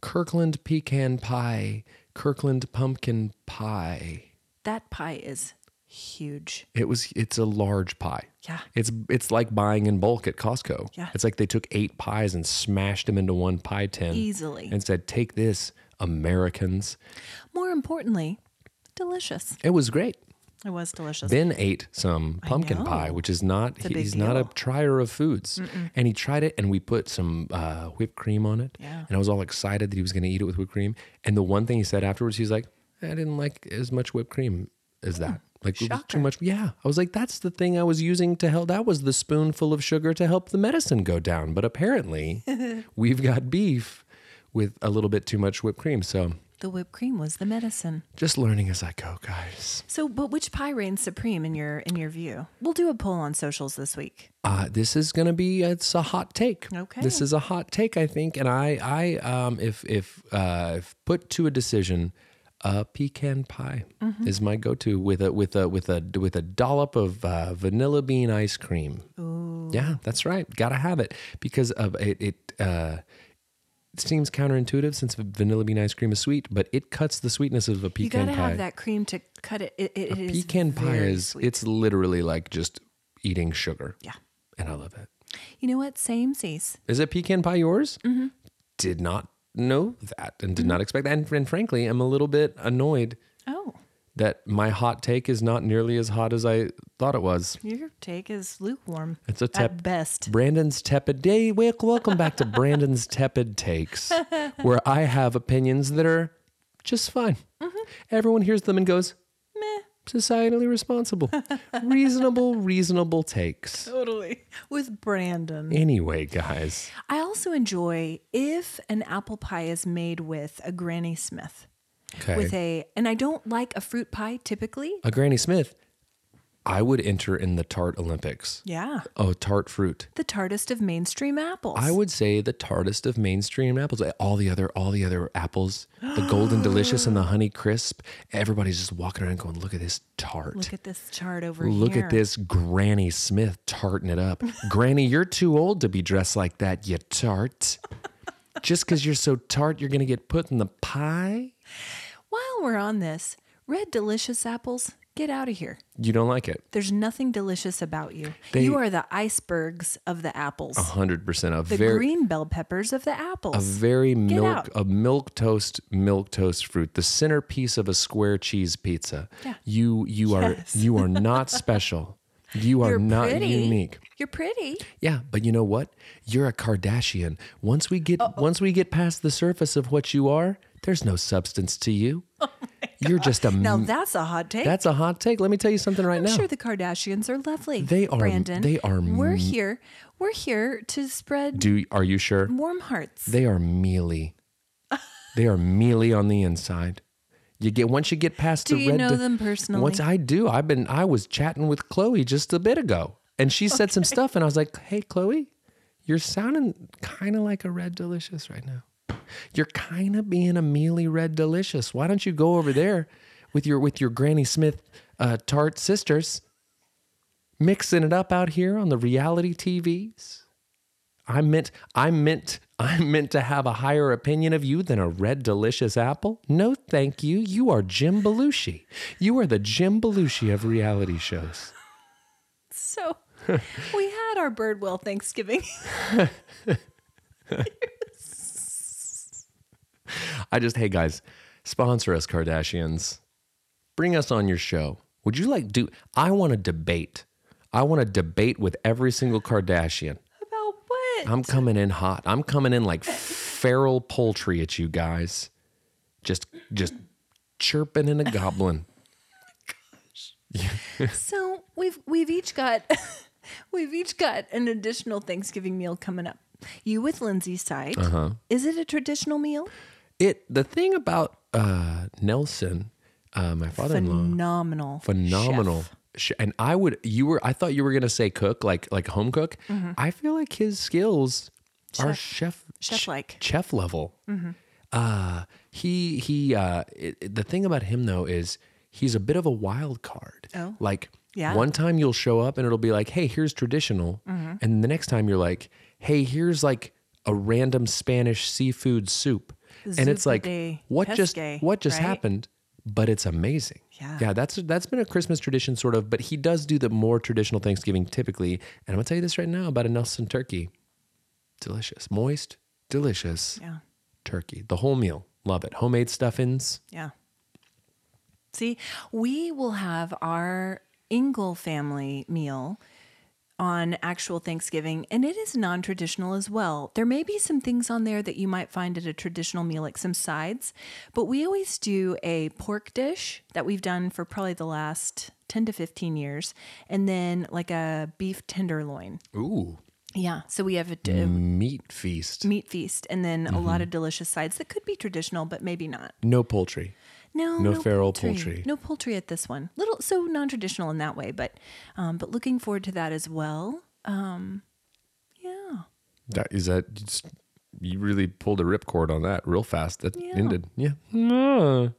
[SPEAKER 1] Kirkland pecan pie, Kirkland pumpkin pie.
[SPEAKER 2] That pie is huge.
[SPEAKER 1] It was. It's a large pie.
[SPEAKER 2] Yeah.
[SPEAKER 1] It's it's like buying in bulk at Costco.
[SPEAKER 2] Yeah.
[SPEAKER 1] It's like they took eight pies and smashed them into one pie tin
[SPEAKER 2] Easily.
[SPEAKER 1] Mm. and said, "Take this, Americans."
[SPEAKER 2] More importantly, delicious.
[SPEAKER 1] It was great.
[SPEAKER 2] It was delicious.
[SPEAKER 1] Ben ate some pumpkin
[SPEAKER 2] know.
[SPEAKER 1] pie, which is not
[SPEAKER 2] a big
[SPEAKER 1] he's not a
[SPEAKER 2] deal.
[SPEAKER 1] trier of foods, and he tried it, and we put some uh, whipped cream on it,
[SPEAKER 2] Yeah.
[SPEAKER 1] and I was all excited that he was going to eat it with whipped cream. And the one thing he said afterwards, he's like, "I didn't like as much whipped cream as
[SPEAKER 2] [laughs]
[SPEAKER 1] that." Like it was
[SPEAKER 2] Shocker.
[SPEAKER 1] too much. Yeah, I was like, "That's the thing I was using to help. That was the spoonful of sugar to help the medicine go down." But
[SPEAKER 2] [laughs]
[SPEAKER 1] apparently, we've got beef with a little bit too much whipped cream. So
[SPEAKER 2] the whipped cream was the medicine.
[SPEAKER 1] just learning as I go, guys.
[SPEAKER 2] So, but which pie reigns supreme in your in your view? We'll do a poll on socials this week.
[SPEAKER 1] uh, this is going to be it's a hot take.
[SPEAKER 2] Okay.
[SPEAKER 1] This is a hot take, I think, and I I um if if uh if put to a decision, uh pecan pie
[SPEAKER 2] Mm-hmm.
[SPEAKER 1] is my go-to with a with a with a with a dollop of uh, vanilla bean ice cream. Ooh. Yeah, that's right. Got to have it because of it it uh it seems counterintuitive since vanilla bean ice cream is sweet, but it cuts the sweetness of a
[SPEAKER 2] You
[SPEAKER 1] pecan
[SPEAKER 2] got to
[SPEAKER 1] pie.
[SPEAKER 2] have that cream to cut it. It, it, it is
[SPEAKER 1] pecan pie
[SPEAKER 2] very
[SPEAKER 1] is
[SPEAKER 2] sweet.
[SPEAKER 1] it's literally like just eating sugar.
[SPEAKER 2] Yeah.
[SPEAKER 1] And I love it.
[SPEAKER 2] You know what? Same seas.
[SPEAKER 1] Is it pecan pie yours? Mm-hmm. Did not know that and
[SPEAKER 2] Mm-hmm.
[SPEAKER 1] did not expect that. And, and frankly, I'm a little bit annoyed
[SPEAKER 2] Oh,
[SPEAKER 1] that my hot take is not nearly as hot as I thought it was.
[SPEAKER 2] your take is lukewarm.
[SPEAKER 1] It's a
[SPEAKER 2] at
[SPEAKER 1] tep-
[SPEAKER 2] best.
[SPEAKER 1] Brandon's tepid day. Wel- Welcome back to
[SPEAKER 2] [laughs]
[SPEAKER 1] Brandon's tepid takes, where I have opinions that are just fine. Everyone hears them and goes,
[SPEAKER 2] Mm-hmm. Meh.
[SPEAKER 1] societally
[SPEAKER 2] [laughs]
[SPEAKER 1] responsible, reasonable, reasonable takes.
[SPEAKER 2] Totally. With Brandon.
[SPEAKER 1] Anyway, guys,
[SPEAKER 2] I also enjoy if an apple pie is made with a Granny Smith.
[SPEAKER 1] Okay.
[SPEAKER 2] with a, and I don't like a fruit pie typically.
[SPEAKER 1] A Granny Smith, I would enter in the tart Olympics.
[SPEAKER 2] Yeah.
[SPEAKER 1] Oh, tart fruit.
[SPEAKER 2] The tartest of mainstream apples.
[SPEAKER 1] I would say the tartest of mainstream apples. All the other, all the other apples, the
[SPEAKER 2] [gasps]
[SPEAKER 1] golden delicious and the honey crisp. Everybody's just walking around going, "Look at this tart!
[SPEAKER 2] Look at this chart over here.
[SPEAKER 1] Look at this Granny Smith tarting it
[SPEAKER 2] [laughs]
[SPEAKER 1] up. Granny, you're too old to be dressed like that, you tart. Just because you're so tart, you're gonna get put in the pie.
[SPEAKER 2] While we're on this, red delicious apples, get out of here.
[SPEAKER 1] You don't like it.
[SPEAKER 2] There's nothing delicious about you.
[SPEAKER 1] They-
[SPEAKER 2] you are the icebergs of the apples,
[SPEAKER 1] Hundred percent. A
[SPEAKER 2] the
[SPEAKER 1] very,
[SPEAKER 2] green bell peppers of the
[SPEAKER 1] a
[SPEAKER 2] apples.
[SPEAKER 1] very
[SPEAKER 2] out.
[SPEAKER 1] milk, a milk toast, milk toast fruit. The centerpiece of a square cheese pizza.
[SPEAKER 2] Yeah.
[SPEAKER 1] You, you
[SPEAKER 2] Yes.
[SPEAKER 1] are, you are
[SPEAKER 2] [laughs]
[SPEAKER 1] not special. You are
[SPEAKER 2] You're
[SPEAKER 1] not
[SPEAKER 2] pretty.
[SPEAKER 1] unique. Mm.
[SPEAKER 2] You're pretty.
[SPEAKER 1] Yeah, but you know what? You're a Kardashian. Once we get once we get past the surface of what you are, there's no substance to you. You're just a
[SPEAKER 2] Oh Now
[SPEAKER 1] m-
[SPEAKER 2] that's a hot take.
[SPEAKER 1] That's a hot take. Let me tell you something right
[SPEAKER 2] I'm
[SPEAKER 1] now.
[SPEAKER 2] sure the Kardashians are lovely.
[SPEAKER 1] They are-
[SPEAKER 2] Brandon.
[SPEAKER 1] they are
[SPEAKER 2] We're
[SPEAKER 1] m-
[SPEAKER 2] here. We're here to spread
[SPEAKER 1] Do are you sure?
[SPEAKER 2] warm hearts.
[SPEAKER 1] They are mealy. they are mealy on the inside. You get once you get past
[SPEAKER 2] Do
[SPEAKER 1] the
[SPEAKER 2] you
[SPEAKER 1] red
[SPEAKER 2] know
[SPEAKER 1] di-
[SPEAKER 2] them personally?
[SPEAKER 1] Once I do, I've been I was chatting with Chloe just a bit ago, and she said some stuff, and I was like, "Hey, Chloe, you're sounding kind of like a red delicious right now. You're kind of being a mealy red delicious. Why don't you go over there with your with your Granny Smith uh, tart sisters, mixing it up out here on the reality TVs? I meant I meant." [laughs] I meant to have a higher opinion of you than a red delicious apple? No, thank you. You are Jim Belushi. You are the Jim Belushi of reality shows.
[SPEAKER 2] So we had our Birdwell Thanksgiving. [laughs]
[SPEAKER 1] I just, hey guys, sponsor us, Kardashians. Bring us on your show. Would you like do? I want to debate. I want to debate with every single Kardashian.
[SPEAKER 2] About what?
[SPEAKER 1] I'm coming in hot. I'm coming in like feral poultry at you guys. Just, just chirping in a goblin.
[SPEAKER 2] So we've we've each got [laughs] we've each got an additional Thanksgiving meal coming up. You with Lindsay's side.
[SPEAKER 1] Uh-huh.
[SPEAKER 2] Is it a traditional meal?
[SPEAKER 1] It. The thing about uh, Nelson, uh, my father-in-law,
[SPEAKER 2] Phenomenal.
[SPEAKER 1] phenomenal.
[SPEAKER 2] chef.
[SPEAKER 1] Sh- And I would you were I thought you were gonna say cook like like home cook.
[SPEAKER 2] Mm-hmm.
[SPEAKER 1] I feel like his skills are chef
[SPEAKER 2] Chef-like. Mm-hmm.
[SPEAKER 1] ch- chef level. Uh, he he. Uh, it, it- the thing about him though is he's a bit of a wild card.
[SPEAKER 2] Oh.
[SPEAKER 1] like
[SPEAKER 2] Yeah.
[SPEAKER 1] one time you'll show up and it'll be like, hey, here's traditional,
[SPEAKER 2] Mm-hmm.
[SPEAKER 1] and the next time you're like, hey, here's like a random Spanish seafood soup, and it's
[SPEAKER 2] Zupa
[SPEAKER 1] like,
[SPEAKER 2] de
[SPEAKER 1] what
[SPEAKER 2] pesque,
[SPEAKER 1] just what just
[SPEAKER 2] right?
[SPEAKER 1] happened? happened, but it's amazing.
[SPEAKER 2] Yeah.
[SPEAKER 1] Yeah, that's that's been a Christmas tradition sort of, but he does do the more traditional Thanksgiving typically. And I'm gonna tell you this right now about a Nelson turkey. Delicious. Moist, delicious
[SPEAKER 2] Yeah.
[SPEAKER 1] turkey. The whole meal. Love it. Homemade stuffings.
[SPEAKER 2] Yeah. See, we will have our Ingle family meal on actual Thanksgiving, and it is non traditional as well. There may be some things on there that you might find at a traditional meal, like some sides, but we always do a pork dish that we've done for probably the last 10 to 15 years, and then like a beef tenderloin.
[SPEAKER 1] Ooh.
[SPEAKER 2] Yeah. So we have a, d-
[SPEAKER 1] Mm.
[SPEAKER 2] a
[SPEAKER 1] Meat feast.
[SPEAKER 2] meat feast and then a lot of delicious sides that could be traditional, but maybe not.
[SPEAKER 1] No poultry.
[SPEAKER 2] No,
[SPEAKER 1] No feral poultry.
[SPEAKER 2] No poultry at this one. Little so non-traditional in that way, but um, but looking forward to that as well. Um, yeah,
[SPEAKER 1] That is that you just- you really pulled a ripcord on that real fast. That
[SPEAKER 2] Yeah.
[SPEAKER 1] ended. Ah. Yeah.
[SPEAKER 3] No.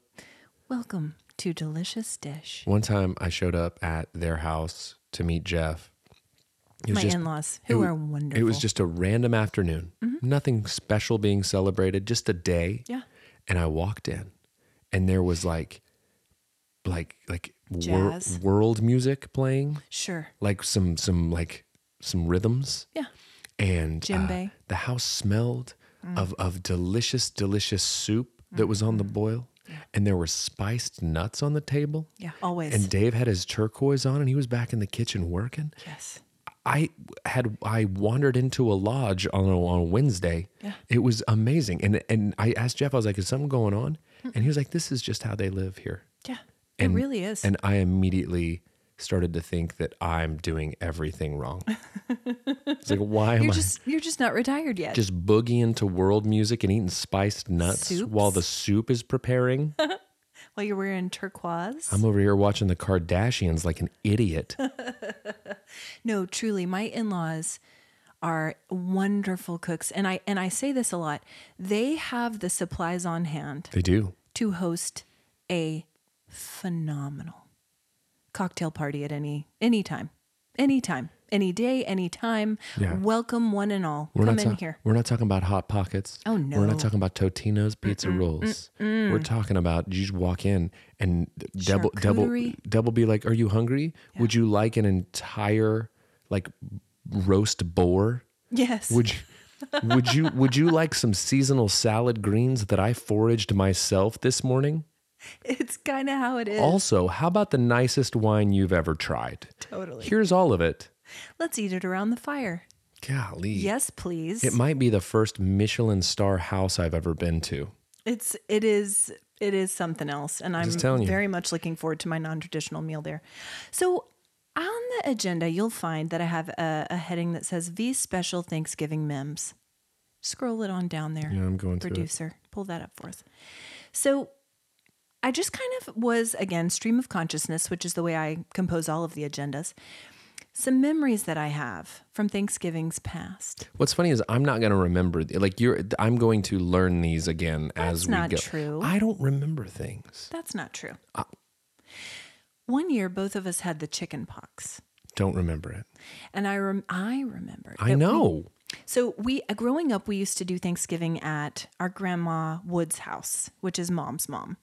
[SPEAKER 2] welcome to delicious dish.
[SPEAKER 1] One time I showed up at their house to meet Jeff. It was
[SPEAKER 2] My
[SPEAKER 1] just-
[SPEAKER 2] in-laws, who
[SPEAKER 1] wa-
[SPEAKER 2] are wonderful. Mm-hmm.
[SPEAKER 1] It was just a random afternoon, nothing special being celebrated, just a day.
[SPEAKER 2] Yeah.
[SPEAKER 1] And I walked in, and there was like, like, like wor-
[SPEAKER 2] Jazz.
[SPEAKER 1] world music playing,
[SPEAKER 2] sure.
[SPEAKER 1] like some some like some rhythms,
[SPEAKER 2] Yeah,
[SPEAKER 1] and uh,
[SPEAKER 2] Djembe. Mm.
[SPEAKER 1] the house smelled of of delicious, delicious soup that was on the
[SPEAKER 2] Mm-hmm.
[SPEAKER 1] boil, and there were spiced nuts on the table.
[SPEAKER 2] yeah, always.
[SPEAKER 1] And Dave had his turquoise on, and he was back in the kitchen working.
[SPEAKER 2] yes,
[SPEAKER 1] I had I wandered into a lodge on a, on a Wednesday.
[SPEAKER 2] Yeah.
[SPEAKER 1] It was amazing, and and I asked Jeff, I was like, "Is something going on?"
[SPEAKER 2] Hmm.
[SPEAKER 1] And he was like, "This is just how they live here."
[SPEAKER 2] yeah,
[SPEAKER 1] And-
[SPEAKER 2] it really is.
[SPEAKER 1] And I immediately started to think that I'm doing everything
[SPEAKER 2] [laughs]
[SPEAKER 1] wrong. it's like, why am
[SPEAKER 2] you're
[SPEAKER 1] I
[SPEAKER 2] just you're just not retired yet.
[SPEAKER 1] just boogieing to world music and eating spiced nuts
[SPEAKER 2] Soups. [laughs]
[SPEAKER 1] while the soup is preparing?
[SPEAKER 2] while you're wearing turquoise.
[SPEAKER 1] I'm over here watching the Kardashians like an idiot.
[SPEAKER 2] [laughs] No, truly, my in-laws are wonderful cooks and I and I say this a lot. They have the supplies on hand
[SPEAKER 1] they do.
[SPEAKER 2] to host a phenomenal cocktail party at any any time. Any time, any day, any time.
[SPEAKER 1] Yeah.
[SPEAKER 2] Welcome one and all.
[SPEAKER 1] We're
[SPEAKER 2] Come
[SPEAKER 1] not
[SPEAKER 2] in
[SPEAKER 1] talk-
[SPEAKER 2] here.
[SPEAKER 1] We're not talking about hot pockets.
[SPEAKER 2] Oh,
[SPEAKER 1] We're
[SPEAKER 2] no.
[SPEAKER 1] not talking about Totino's pizza rolls. We're talking about you just walk in and double double
[SPEAKER 2] Charcuterie.
[SPEAKER 1] double be like, "Are you hungry? Would you like an entire like roast boar?
[SPEAKER 2] Yes.
[SPEAKER 1] Would you would you would you like some seasonal salad greens that I foraged myself this morning?
[SPEAKER 2] [laughs] it's kind of how it is.
[SPEAKER 1] Also, how about the nicest wine you've ever tried?
[SPEAKER 2] totally.
[SPEAKER 1] Here's all of it.
[SPEAKER 2] Let's eat it around the fire.
[SPEAKER 1] Golly.
[SPEAKER 2] Yes, please.
[SPEAKER 1] It might be the first Michelin star house I've ever been to.
[SPEAKER 2] It's it is it is something else, and I'm
[SPEAKER 1] Just telling you.
[SPEAKER 2] very much looking forward to my non-traditional meal there. So on the agenda, you'll find that I have a, a heading that says "V Special Thanksgiving Memes." Scroll it on down there.
[SPEAKER 1] Yeah, I'm going through it.
[SPEAKER 2] producer, pull that up for us. So I just kind of was again stream of consciousness, which is the way I compose all of the agendas. Some memories that I have from Thanksgivings past.
[SPEAKER 1] What's funny is I'm not going to remember. th- Like you're, I'm going to learn these again as
[SPEAKER 2] That's
[SPEAKER 1] we
[SPEAKER 2] not
[SPEAKER 1] go.
[SPEAKER 2] true.
[SPEAKER 1] I don't remember things.
[SPEAKER 2] That's not true.
[SPEAKER 1] Ah.
[SPEAKER 2] One year, both of us had the chicken pox,
[SPEAKER 1] Don't remember it.
[SPEAKER 2] and I rem- I remember.
[SPEAKER 1] I know.
[SPEAKER 2] So we, uh, growing up, we used to do Thanksgiving at our grandma Wood's house, which is mom's mom,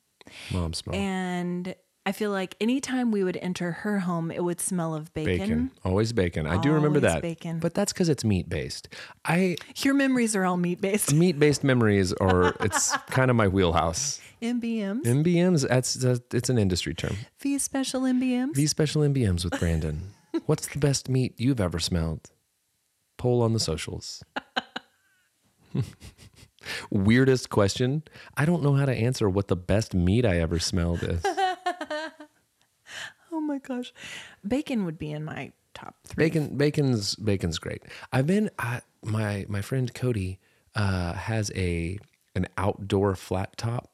[SPEAKER 1] Mom smell
[SPEAKER 2] and I feel like anytime we would enter her home, it would smell of bacon.
[SPEAKER 1] bacon. Always bacon. I do remember
[SPEAKER 2] Always
[SPEAKER 1] that.
[SPEAKER 2] bacon.
[SPEAKER 1] But that's because it's meat based. I
[SPEAKER 2] Your memories are all meat based.
[SPEAKER 1] meat based memories are.
[SPEAKER 2] [laughs]
[SPEAKER 1] It's kind of my wheelhouse.
[SPEAKER 2] MBMs,
[SPEAKER 1] MBMs. That's that's- it's an industry term.
[SPEAKER 2] V special MBMs.
[SPEAKER 1] These special MBMs with Brandon. What's the best meat you've ever smelled? Poll on the socials. [laughs] Weirdest question. I don't know how to answer what the best meat I ever smelled is.
[SPEAKER 2] oh my gosh, bacon would be in my top three.
[SPEAKER 1] Bacon, bacon's bacon's great. I've been I, my my friend Cody uh, has a an outdoor flat top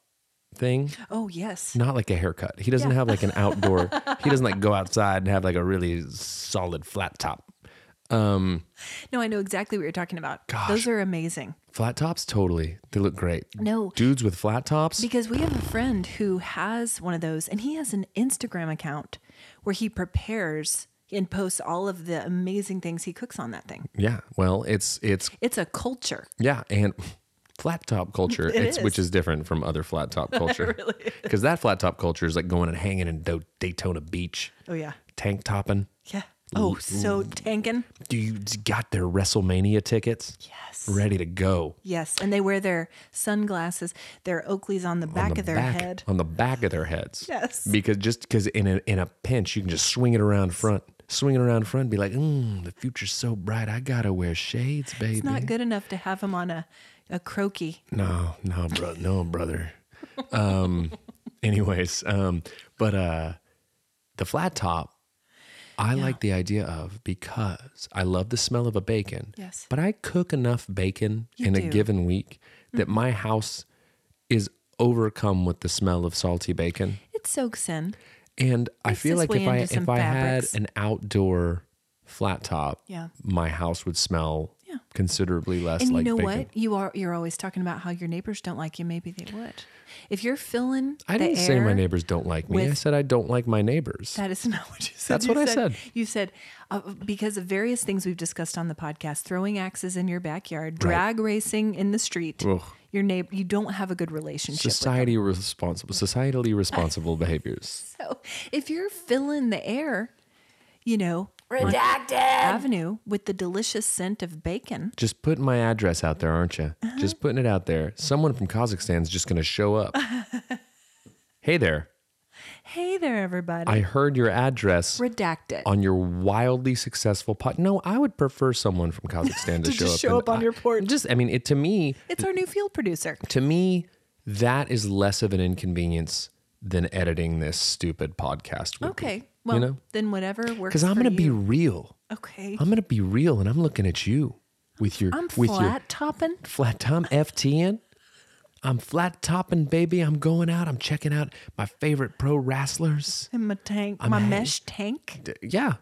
[SPEAKER 1] thing.
[SPEAKER 2] Oh yes,
[SPEAKER 1] Not like a haircut. He doesn't have like an outdoor. he doesn't like go outside and have like a really solid flat top.
[SPEAKER 2] no, I know exactly what you're talking about. Those are amazing.
[SPEAKER 1] Flat tops, totally. They look great.
[SPEAKER 2] No.
[SPEAKER 1] Dudes with flat tops.
[SPEAKER 2] Because we have a friend who has one of those, and he has an Instagram account where he prepares and posts all of the amazing things he cooks on that thing.
[SPEAKER 1] yeah. Well, it's it's
[SPEAKER 2] It's a culture.
[SPEAKER 1] yeah, and flat top culture,
[SPEAKER 2] [laughs]
[SPEAKER 1] it's which is different from other flat top culture. Because that flat top culture is like going and hanging in Do- Daytona Beach,
[SPEAKER 2] Oh yeah,
[SPEAKER 1] tank topping.
[SPEAKER 2] yeah. Oh, so tankin.
[SPEAKER 1] Dudes got their WrestleMania tickets. Yes. Ready to go.
[SPEAKER 2] Yes, and they wear their sunglasses, their Oakleys on the back
[SPEAKER 1] on the
[SPEAKER 2] of their
[SPEAKER 1] back, Oh,
[SPEAKER 2] head.
[SPEAKER 1] On the back of their heads.
[SPEAKER 2] Yes.
[SPEAKER 1] Because just because in a, in a pinch, you can just swing it around front. Swing it around front and be like, mm, the future's so bright. I got to wear shades, baby.
[SPEAKER 2] It's not good enough to have him on a a croaky.
[SPEAKER 1] No, no, bro, no, brother. Um, [laughs] anyways, um, but uh, the flat top, I like the idea of because I love the smell of a bacon.
[SPEAKER 2] Yes.
[SPEAKER 1] But I cook enough bacon in
[SPEAKER 2] do. Mm-hmm.
[SPEAKER 1] a given week that my house is overcome with the smell of salty bacon,
[SPEAKER 2] It soaks in.
[SPEAKER 1] and I
[SPEAKER 2] Makes
[SPEAKER 1] feel like
[SPEAKER 2] its way
[SPEAKER 1] if I
[SPEAKER 2] into some
[SPEAKER 1] if I had
[SPEAKER 2] fabrics.
[SPEAKER 1] an outdoor flat top,
[SPEAKER 2] Yeah.
[SPEAKER 1] my house would smell
[SPEAKER 2] Yeah.
[SPEAKER 1] considerably less
[SPEAKER 2] And
[SPEAKER 1] like
[SPEAKER 2] you know
[SPEAKER 1] bacon.
[SPEAKER 2] what? You are you're always talking about how your neighbors don't like you. Maybe they would. If you're filling,
[SPEAKER 1] I
[SPEAKER 2] the
[SPEAKER 1] didn't say my
[SPEAKER 2] air-
[SPEAKER 1] neighbors don't like me. I
[SPEAKER 2] with-
[SPEAKER 1] said I don't like my neighbors.
[SPEAKER 2] [laughs] That is not what you said.
[SPEAKER 1] That's
[SPEAKER 2] You
[SPEAKER 1] what I said.
[SPEAKER 2] You said uh, because of various things we've discussed on the podcast: throwing axes in your backyard, drag racing in the street.
[SPEAKER 1] Ugh.
[SPEAKER 2] Your neighbor, you don't have a good relationship. with
[SPEAKER 1] Society responsible, societally responsible
[SPEAKER 2] [laughs]
[SPEAKER 1] behaviors.
[SPEAKER 2] So if you're filling the air, you know, redacted avenue with the delicious scent of bacon.
[SPEAKER 1] Just putting my address out there, aren't you?
[SPEAKER 2] Uh-huh.
[SPEAKER 1] Just putting it out there. Someone from Kazakhstan's just going to show
[SPEAKER 2] [laughs]
[SPEAKER 1] up. hey there,
[SPEAKER 2] Hey there, everybody.
[SPEAKER 1] I heard your address
[SPEAKER 2] redacted.
[SPEAKER 1] on your wildly successful pot. No, I would prefer someone from
[SPEAKER 2] [laughs]
[SPEAKER 1] Kazakhstan to,
[SPEAKER 2] To
[SPEAKER 1] show
[SPEAKER 2] just
[SPEAKER 1] up.
[SPEAKER 2] show
[SPEAKER 1] and
[SPEAKER 2] up on
[SPEAKER 1] I-
[SPEAKER 2] your porch.
[SPEAKER 1] Just, I mean, it to me,
[SPEAKER 2] it's our new field producer.
[SPEAKER 1] to me, that is less of an inconvenience than editing this stupid podcast. would be.
[SPEAKER 2] Okay. Well,
[SPEAKER 1] know?
[SPEAKER 2] then whatever works.
[SPEAKER 1] Because I'm
[SPEAKER 2] going to
[SPEAKER 1] be real.
[SPEAKER 2] Okay.
[SPEAKER 1] I'm going to be real and I'm looking at you with your
[SPEAKER 2] I'm
[SPEAKER 1] with
[SPEAKER 2] flat topping.
[SPEAKER 1] your flat tom FTN. I'm flat topping, baby. I'm going out. I'm checking out my favorite pro wrestlers.
[SPEAKER 2] In my tank, my mesh tank.
[SPEAKER 1] D- yeah.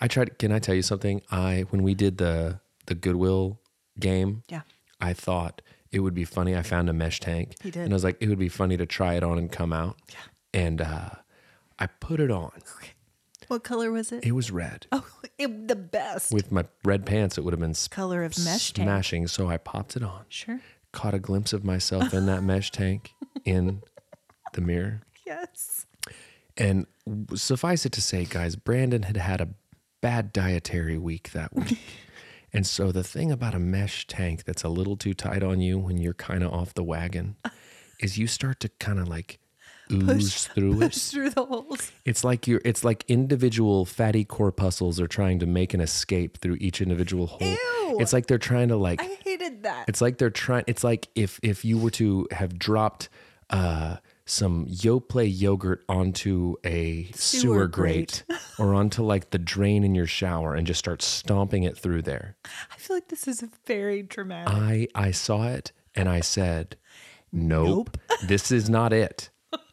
[SPEAKER 1] I tried. Can I tell you something? I when we did the the Goodwill game,
[SPEAKER 2] Yeah.
[SPEAKER 1] I thought it would be funny. I found a mesh tank,
[SPEAKER 2] He did.
[SPEAKER 1] and I was like, it would be funny to try it on and come out. Yeah. And uh, I put it on.
[SPEAKER 2] What color was it?
[SPEAKER 1] It was red.
[SPEAKER 2] [laughs] oh, it, the best
[SPEAKER 1] With my red pants, it would have been s-
[SPEAKER 2] color of mesh tank.
[SPEAKER 1] smashing. So I popped it on,
[SPEAKER 2] Sure.
[SPEAKER 1] caught a glimpse of myself in that mesh tank in the mirror. [laughs]
[SPEAKER 2] Yes.
[SPEAKER 1] And w- suffice it to say, guys, Brandon had had a bad dietary week that
[SPEAKER 2] [laughs]
[SPEAKER 1] week. and so the thing about a mesh tank that's a little too tight on you when you're kind of off the wagon is you start to kind of like ooze through it.
[SPEAKER 2] Push [laughs] through the holes.
[SPEAKER 1] It's like you're it's like individual fatty corpuscles are trying to make an escape through each individual hole.
[SPEAKER 2] Ew.
[SPEAKER 1] It's like they're trying to like
[SPEAKER 2] I hated that.
[SPEAKER 1] it's like they're trying. It's like if if you were to have dropped uh, some YoPlay yogurt onto a sewer, grate,
[SPEAKER 2] grate.
[SPEAKER 1] or onto like the drain in your shower and just start stomping it through there.
[SPEAKER 2] I feel like this is very dramatic.
[SPEAKER 1] I I saw it and I said, Nope, [laughs] this is not it.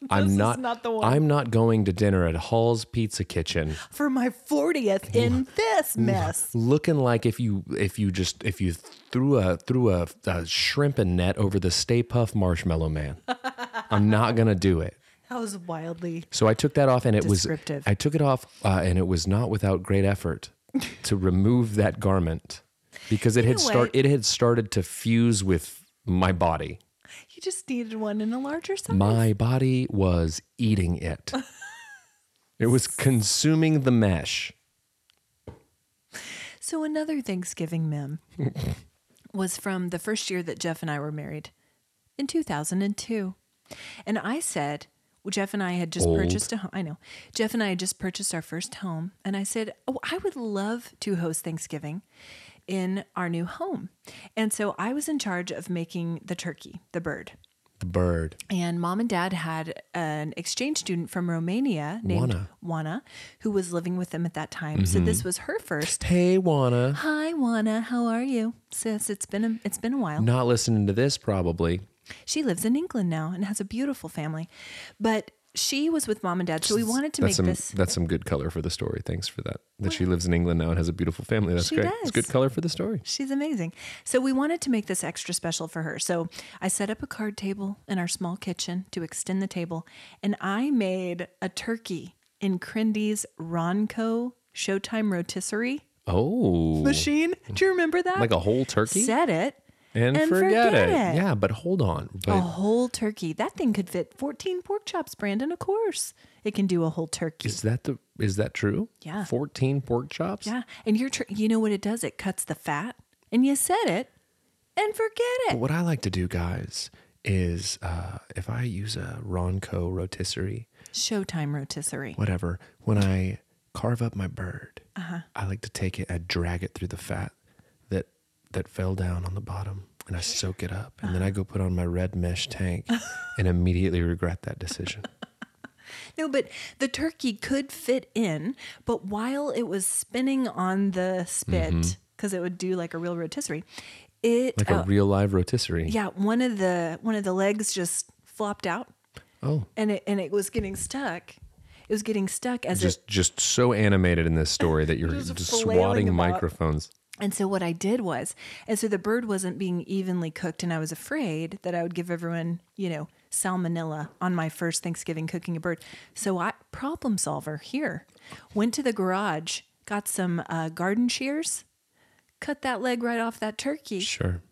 [SPEAKER 1] I'm
[SPEAKER 2] [laughs] This is
[SPEAKER 1] not.
[SPEAKER 2] not the one."
[SPEAKER 1] I'm not going to dinner at Hall's Pizza Kitchen.
[SPEAKER 2] For my 40th in this mess.
[SPEAKER 1] looking like if you if you just if you threw a threw a, a shrimp and net over the Stay Puff Marshmallow
[SPEAKER 2] [laughs]
[SPEAKER 1] Man. I'm not gonna do it.
[SPEAKER 2] That was wildly.
[SPEAKER 1] So I took that off, and it
[SPEAKER 2] Descriptive.
[SPEAKER 1] was I took it off, uh, and it was not without great
[SPEAKER 2] [laughs]
[SPEAKER 1] effort to remove that garment because it had
[SPEAKER 2] a
[SPEAKER 1] start
[SPEAKER 2] way-
[SPEAKER 1] it had started to fuse with my body.
[SPEAKER 2] You just needed one in a larger size.
[SPEAKER 1] My body was eating
[SPEAKER 2] [laughs]
[SPEAKER 1] it. It was consuming the mesh.
[SPEAKER 2] So another Thanksgiving mem was from the first year that Jeff and I were married in 2002. And I said, well, Jeff and I had just
[SPEAKER 1] Old.
[SPEAKER 2] purchased a home. I know. Jeff and I had just purchased our first home. And I said, Oh, I would love to host Thanksgiving in our new home. And so I was in charge of making the turkey, the bird.
[SPEAKER 1] The bird.
[SPEAKER 2] And mom and dad had an exchange student from Romania named Wana, who was living with them at that time. So this was her first
[SPEAKER 1] Hey, Juana.
[SPEAKER 2] Hi, Juana. How are you, sis? It's been a, it's been a while.
[SPEAKER 1] Not listening to this probably.
[SPEAKER 2] She lives in England now and has a beautiful family, but she was with mom and dad, so we wanted to make
[SPEAKER 1] that's some
[SPEAKER 2] this.
[SPEAKER 1] that's some good color for the story. Thanks for that. That she lives in England now and has a beautiful family. That's
[SPEAKER 2] She
[SPEAKER 1] great.
[SPEAKER 2] does.
[SPEAKER 1] It's good color for the story.
[SPEAKER 2] She's amazing. So we wanted to make this extra special for her. So I set up a card table in our small kitchen to extend the table, and I made a turkey in Crindy's Ronco Showtime rotisserie
[SPEAKER 1] Oh,
[SPEAKER 2] machine. Do you remember that?
[SPEAKER 1] like a whole turkey
[SPEAKER 2] set it.
[SPEAKER 1] and,
[SPEAKER 2] and
[SPEAKER 1] forget,
[SPEAKER 2] forget
[SPEAKER 1] it.
[SPEAKER 2] it. Oh.
[SPEAKER 1] Yeah, but hold on. But
[SPEAKER 2] A whole turkey. That thing could fit 14 pork chops, Brandon, of course. It can do a whole turkey.
[SPEAKER 1] is that the is that true?
[SPEAKER 2] Yeah.
[SPEAKER 1] fourteen pork chops.
[SPEAKER 2] yeah. And your tur- you know what it does? It cuts the fat. And you said it and forget it.
[SPEAKER 1] What I like to do, guys, is uh, if I use a Ronco rotisserie,
[SPEAKER 2] Showtime rotisserie.
[SPEAKER 1] whatever, when I carve up my bird,
[SPEAKER 2] Uh-huh.
[SPEAKER 1] I like to take it, I drag it through the fat that that fell down on the bottom, and I soak it up, and then
[SPEAKER 2] Uh-huh.
[SPEAKER 1] I go put on my red mesh
[SPEAKER 2] [laughs]
[SPEAKER 1] tank, and immediately regret that decision.
[SPEAKER 2] No, but the turkey could fit in, but while it was spinning on the spit, because it would do like a real rotisserie, it
[SPEAKER 1] Mm-hmm. Like
[SPEAKER 2] uh,
[SPEAKER 1] a real live rotisserie.
[SPEAKER 2] yeah, one of the one of the legs just flopped out
[SPEAKER 1] Oh,
[SPEAKER 2] and it and it was getting stuck. It was getting stuck as it
[SPEAKER 1] just just so animated in
[SPEAKER 2] [laughs]
[SPEAKER 1] this story that you're just,
[SPEAKER 2] Just
[SPEAKER 1] swatting
[SPEAKER 2] flailing about.
[SPEAKER 1] microphones.
[SPEAKER 2] And so what I did was, and so the bird wasn't being evenly cooked, and I was afraid that I would give everyone, you know, salmonella on my first Thanksgiving cooking a bird. So I problem solver here, went to the garage, got some uh, garden shears, cut that leg right off that turkey.
[SPEAKER 1] Sure.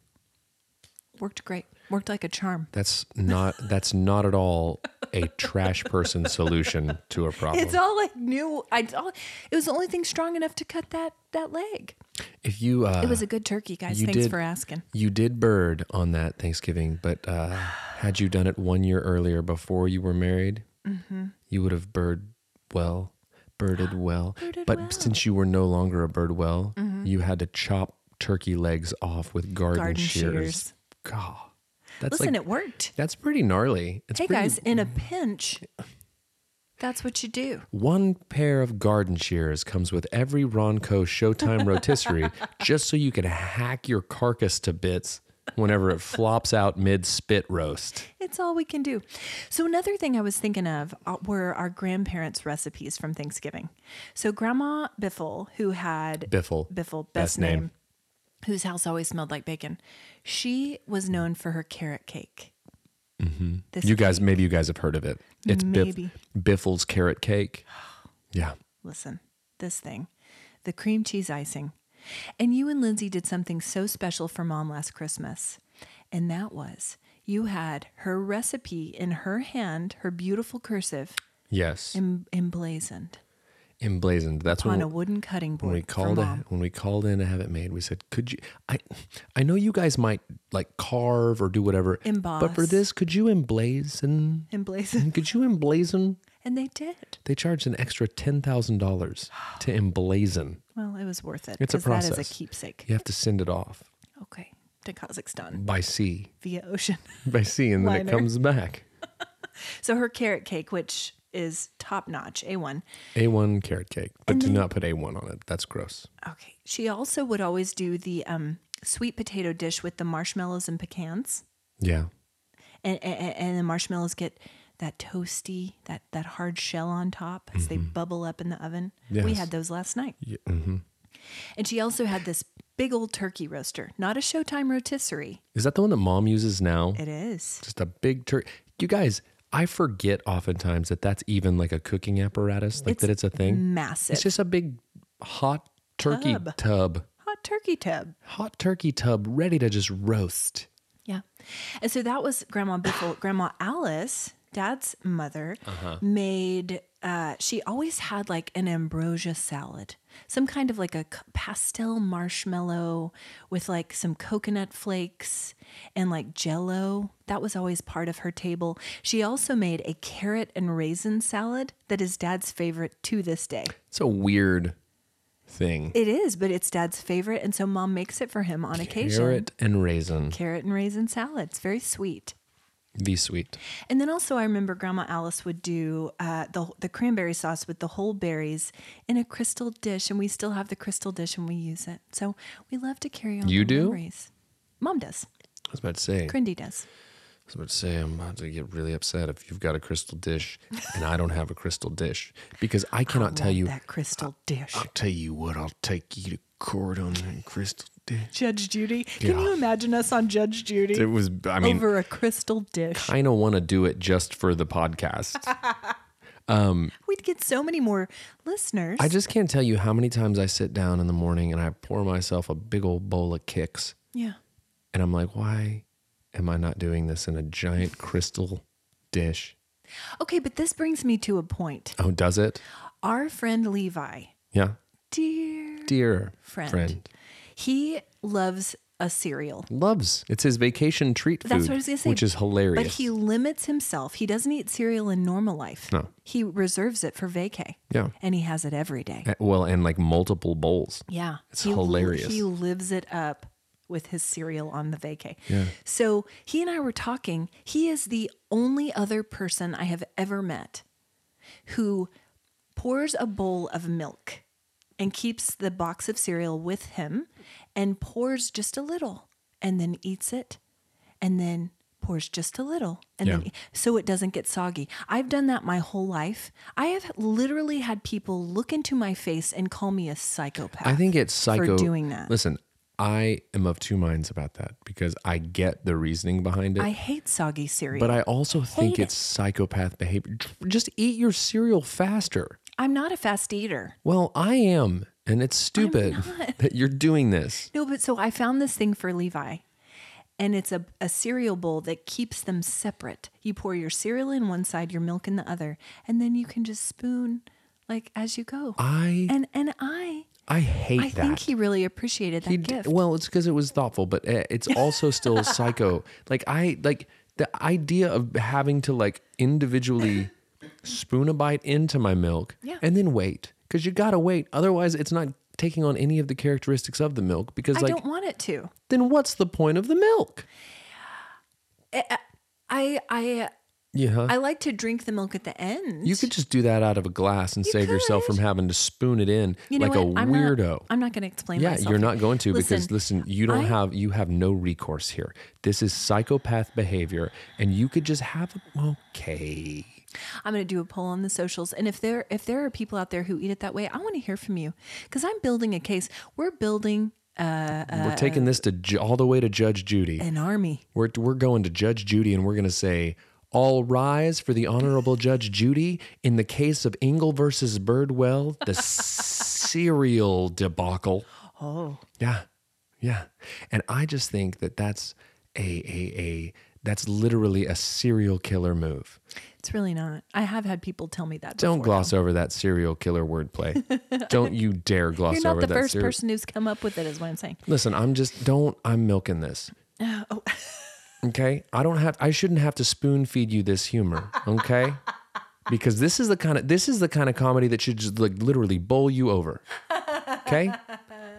[SPEAKER 2] Worked great. Worked like a charm.
[SPEAKER 1] That's not that's not at all a trash person solution to a problem.
[SPEAKER 2] [laughs] It's all like new. I it's all, it was the only thing strong enough to cut that that leg.
[SPEAKER 1] if you uh,
[SPEAKER 2] It was a good turkey, guys.
[SPEAKER 1] you
[SPEAKER 2] Thanks
[SPEAKER 1] did-
[SPEAKER 2] for asking.
[SPEAKER 1] You did bird on that Thanksgiving, but uh, had you done it one year earlier before you were married,
[SPEAKER 2] Mm-hmm.
[SPEAKER 1] you would have bird well,
[SPEAKER 2] [gasps]
[SPEAKER 1] birded well.
[SPEAKER 2] Birded
[SPEAKER 1] but
[SPEAKER 2] well. Mm-hmm.
[SPEAKER 1] since you were no longer a bird well, you had to chop turkey legs off with garden,
[SPEAKER 2] Garden
[SPEAKER 1] shears.
[SPEAKER 2] shears.
[SPEAKER 1] God, that's
[SPEAKER 2] Listen,
[SPEAKER 1] like
[SPEAKER 2] it worked.
[SPEAKER 1] that's pretty gnarly. It's
[SPEAKER 2] hey
[SPEAKER 1] pretty,
[SPEAKER 2] guys, in a pinch, that's what you do.
[SPEAKER 1] One pair of garden shears comes with
[SPEAKER 2] [laughs]
[SPEAKER 1] every Ronco Showtime rotisserie, just so you can hack your carcass to bits whenever it flops out mid spit roast.
[SPEAKER 2] It's all we can do. So, another thing I was thinking of uh, were our grandparents' recipes from Thanksgiving. So, Grandma Biffle, who had
[SPEAKER 1] Biffle.
[SPEAKER 2] Biffle,
[SPEAKER 1] Best
[SPEAKER 2] best, name,
[SPEAKER 1] name.
[SPEAKER 2] whose house always smelled like bacon, she was known for her carrot cake. Mm-hmm. This
[SPEAKER 1] You guys, maybe you guys have heard of it. It's
[SPEAKER 2] Maybe.
[SPEAKER 1] Biff, Biffle's carrot
[SPEAKER 2] [gasps]
[SPEAKER 1] cake. Yeah.
[SPEAKER 2] listen, this thing, the cream cheese icing. And you and Lindsay did something so special for mom last Christmas. And that was you had her recipe in her hand, her beautiful cursive
[SPEAKER 1] Yes.
[SPEAKER 2] em- emblazoned
[SPEAKER 1] Emblazoned. That's
[SPEAKER 2] upon
[SPEAKER 1] when
[SPEAKER 2] a wooden cutting board.
[SPEAKER 1] when we
[SPEAKER 2] for
[SPEAKER 1] called
[SPEAKER 2] mom.
[SPEAKER 1] in, when we called in to have it made, we said, "Could you? I, I know you guys might like carve or do whatever, but for
[SPEAKER 2] Emboss.
[SPEAKER 1] this, could you emblazon? [laughs]
[SPEAKER 2] emblazoned.
[SPEAKER 1] Could you emblazon?
[SPEAKER 2] And they did.
[SPEAKER 1] They charged an extra ten thousand
[SPEAKER 2] [gasps]
[SPEAKER 1] dollars to emblazon.
[SPEAKER 2] Well, it was worth it.
[SPEAKER 1] It's a
[SPEAKER 2] 'cause that is
[SPEAKER 1] process.
[SPEAKER 2] a keepsake.
[SPEAKER 1] You have to send it off
[SPEAKER 2] Okay. To Kazakhstan
[SPEAKER 1] by sea,
[SPEAKER 2] via ocean. [laughs]
[SPEAKER 1] by sea, and then
[SPEAKER 2] Liner.
[SPEAKER 1] it comes back.
[SPEAKER 2] so her carrot cake, which is top notch, A1.
[SPEAKER 1] A one carrot cake, but do not put A one on it. That's gross.
[SPEAKER 2] Okay. She also would always do the um, sweet potato dish with the marshmallows and pecans,
[SPEAKER 1] Yeah,
[SPEAKER 2] and, and and the marshmallows get that toasty, that that hard shell on top as they bubble up in the oven. We
[SPEAKER 1] Yes.
[SPEAKER 2] had those last night. And she also had this big old turkey roaster, not a Showtime rotisserie.
[SPEAKER 1] is that the one that mom uses now?
[SPEAKER 2] It is.
[SPEAKER 1] just a big turkey. You guys, I forget oftentimes that that's even like a cooking apparatus, like
[SPEAKER 2] It's
[SPEAKER 1] that it's a thing.
[SPEAKER 2] Massive.
[SPEAKER 1] It's just a big hot turkey
[SPEAKER 2] Tub.
[SPEAKER 1] tub.
[SPEAKER 2] hot turkey tub.
[SPEAKER 1] hot turkey tub ready to just roast.
[SPEAKER 2] Yeah. And so that was Grandma Biffle. Grandma Alice, Dad's mother, made, uh, she always had like an ambrosia salad, some kind of like a c- pastel marshmallow with like some coconut flakes and like jello. That was always part of her table. She also made a carrot and raisin salad that is Dad's favorite to this day.
[SPEAKER 1] It's a weird thing.
[SPEAKER 2] It is, but it's Dad's favorite. And so mom makes it for him on occasion.
[SPEAKER 1] Carrot and raisin,
[SPEAKER 2] Carrot and raisin salad. It's very sweet.
[SPEAKER 1] the sweet.
[SPEAKER 2] And then also, I remember Grandma Alice would do uh, the the cranberry sauce with the whole berries in a crystal dish, and we still have the crystal dish and we use it. So we love to carry on.
[SPEAKER 1] You
[SPEAKER 2] the
[SPEAKER 1] do?
[SPEAKER 2] memories. Mom does.
[SPEAKER 1] I was about to say. I
[SPEAKER 2] Grindy does.
[SPEAKER 1] was about to say. I'm about to get really upset if you've got a crystal
[SPEAKER 2] [laughs]
[SPEAKER 1] dish and I don't have a crystal dish because I cannot tell
[SPEAKER 2] Want
[SPEAKER 1] you. uh,
[SPEAKER 2] that crystal dish.
[SPEAKER 4] I'll tell you what, I'll take you to court on that crystal dish.
[SPEAKER 2] Judge Judy. Can
[SPEAKER 1] Yeah.
[SPEAKER 2] you imagine us on Judge Judy
[SPEAKER 1] It was. I mean,
[SPEAKER 2] over a crystal dish?
[SPEAKER 1] kind of want to do it just for the podcast.
[SPEAKER 2] [laughs] We'd get so many more listeners.
[SPEAKER 1] I just can't tell you how many times I sit down in the morning and I pour myself a big old bowl of kicks
[SPEAKER 2] yeah.
[SPEAKER 1] and I'm like, why am I not doing this in a giant crystal dish?
[SPEAKER 2] Okay, but this brings me to a point.
[SPEAKER 1] Oh, does it?
[SPEAKER 2] Our friend Levi,
[SPEAKER 1] Yeah.
[SPEAKER 2] dear
[SPEAKER 1] Dear
[SPEAKER 2] Friend.
[SPEAKER 1] friend.
[SPEAKER 2] He loves a cereal.
[SPEAKER 1] Loves. It's his vacation treat food.
[SPEAKER 2] That's what I was gonna say.
[SPEAKER 1] Which is hilarious.
[SPEAKER 2] But he limits himself. He doesn't eat cereal in normal life.
[SPEAKER 1] No.
[SPEAKER 2] He reserves it for vacay.
[SPEAKER 1] Yeah.
[SPEAKER 2] And he has it every day.
[SPEAKER 1] Uh, Well, and like multiple bowls.
[SPEAKER 2] yeah.
[SPEAKER 1] It's
[SPEAKER 2] He-
[SPEAKER 1] hilarious.
[SPEAKER 2] He lives it up with his cereal on the vacay. Yeah. So he and I were talking. He is the only other person I have ever met who pours a bowl of milk and keeps the box of cereal with him and pours just a little and then eats it and then pours just a little and then e-,
[SPEAKER 1] Yeah.
[SPEAKER 2] so it doesn't get soggy. I've done that my whole life. I have literally had people look into my face and call me a psychopath.
[SPEAKER 1] I think it's psycho.
[SPEAKER 2] for doing that.
[SPEAKER 1] Listen, I am of two minds about that because I get the reasoning behind it.
[SPEAKER 2] I hate soggy cereal.
[SPEAKER 1] but I also think
[SPEAKER 2] it.
[SPEAKER 1] it's psychopath behavior. Just eat your cereal faster.
[SPEAKER 2] I'm not a fast eater.
[SPEAKER 1] Well, I am, and it's stupid [laughs] that you're doing this.
[SPEAKER 2] No, but so I found this thing for Levi, and it's a, a cereal bowl that keeps them separate. You pour your cereal in one side, your milk in the other, and then you can just spoon like as you go.
[SPEAKER 1] I
[SPEAKER 2] and and I
[SPEAKER 1] I hate
[SPEAKER 2] I
[SPEAKER 1] that.
[SPEAKER 2] think he really appreciated that
[SPEAKER 1] He d-
[SPEAKER 2] gift.
[SPEAKER 1] well, it's because it was thoughtful, but eh, it's also
[SPEAKER 2] [laughs]
[SPEAKER 1] still psycho. Like I like the idea of having to like individually spoon a bite into my milk
[SPEAKER 2] Yeah.
[SPEAKER 1] and then wait because you gotta wait. Otherwise, it's not taking on any of the characteristics of the milk. Because
[SPEAKER 2] I
[SPEAKER 1] like,
[SPEAKER 2] don't want it to.
[SPEAKER 1] then what's the point of the milk?
[SPEAKER 2] I I
[SPEAKER 1] Yeah.
[SPEAKER 2] I like to drink the milk at the end.
[SPEAKER 1] You could just do that out of a glass and save yourself
[SPEAKER 2] could.
[SPEAKER 1] from having to spoon it in
[SPEAKER 2] You know
[SPEAKER 1] like
[SPEAKER 2] what?
[SPEAKER 1] a
[SPEAKER 2] I'm not-
[SPEAKER 1] weirdo.
[SPEAKER 2] I'm not going to explain
[SPEAKER 1] yeah,
[SPEAKER 2] myself.
[SPEAKER 1] you're not going to because listen, you don't
[SPEAKER 2] I-
[SPEAKER 1] have you have no recourse here. This is psychopath behavior and you could just have a, okay.
[SPEAKER 2] I'm going to do a poll on the socials, and if there if there are people out there who eat it that way, I want to hear from you because I'm building a case. We're building uh,
[SPEAKER 1] We're taking this to ju- all the way to Judge Judy.
[SPEAKER 2] an army.
[SPEAKER 1] We're, we're going to Judge Judy and we're going to say, All rise for the Honorable Judge Judy in the case of Ingle versus Birdwell, the serial debacle.
[SPEAKER 2] Oh,
[SPEAKER 1] Yeah. Yeah. And I just think that that's a, a, a, that's literally a serial killer move.
[SPEAKER 2] it's really not. I have had people tell me that.
[SPEAKER 1] Don't
[SPEAKER 2] before,
[SPEAKER 1] gloss over that serial killer wordplay. Don't you dare
[SPEAKER 2] though.
[SPEAKER 1] gloss
[SPEAKER 2] [laughs] You're not
[SPEAKER 1] over
[SPEAKER 2] the
[SPEAKER 1] that.
[SPEAKER 2] first
[SPEAKER 1] seri-
[SPEAKER 2] person who's come up with it, is what I'm saying.
[SPEAKER 1] Listen, I'm just don't. I'm milking this.
[SPEAKER 2] Oh, [laughs]
[SPEAKER 1] Okay. I don't have I shouldn't have to spoon feed you this humor, okay? Because this is the kind of this is the kind of comedy that should just like literally bowl you over. Okay?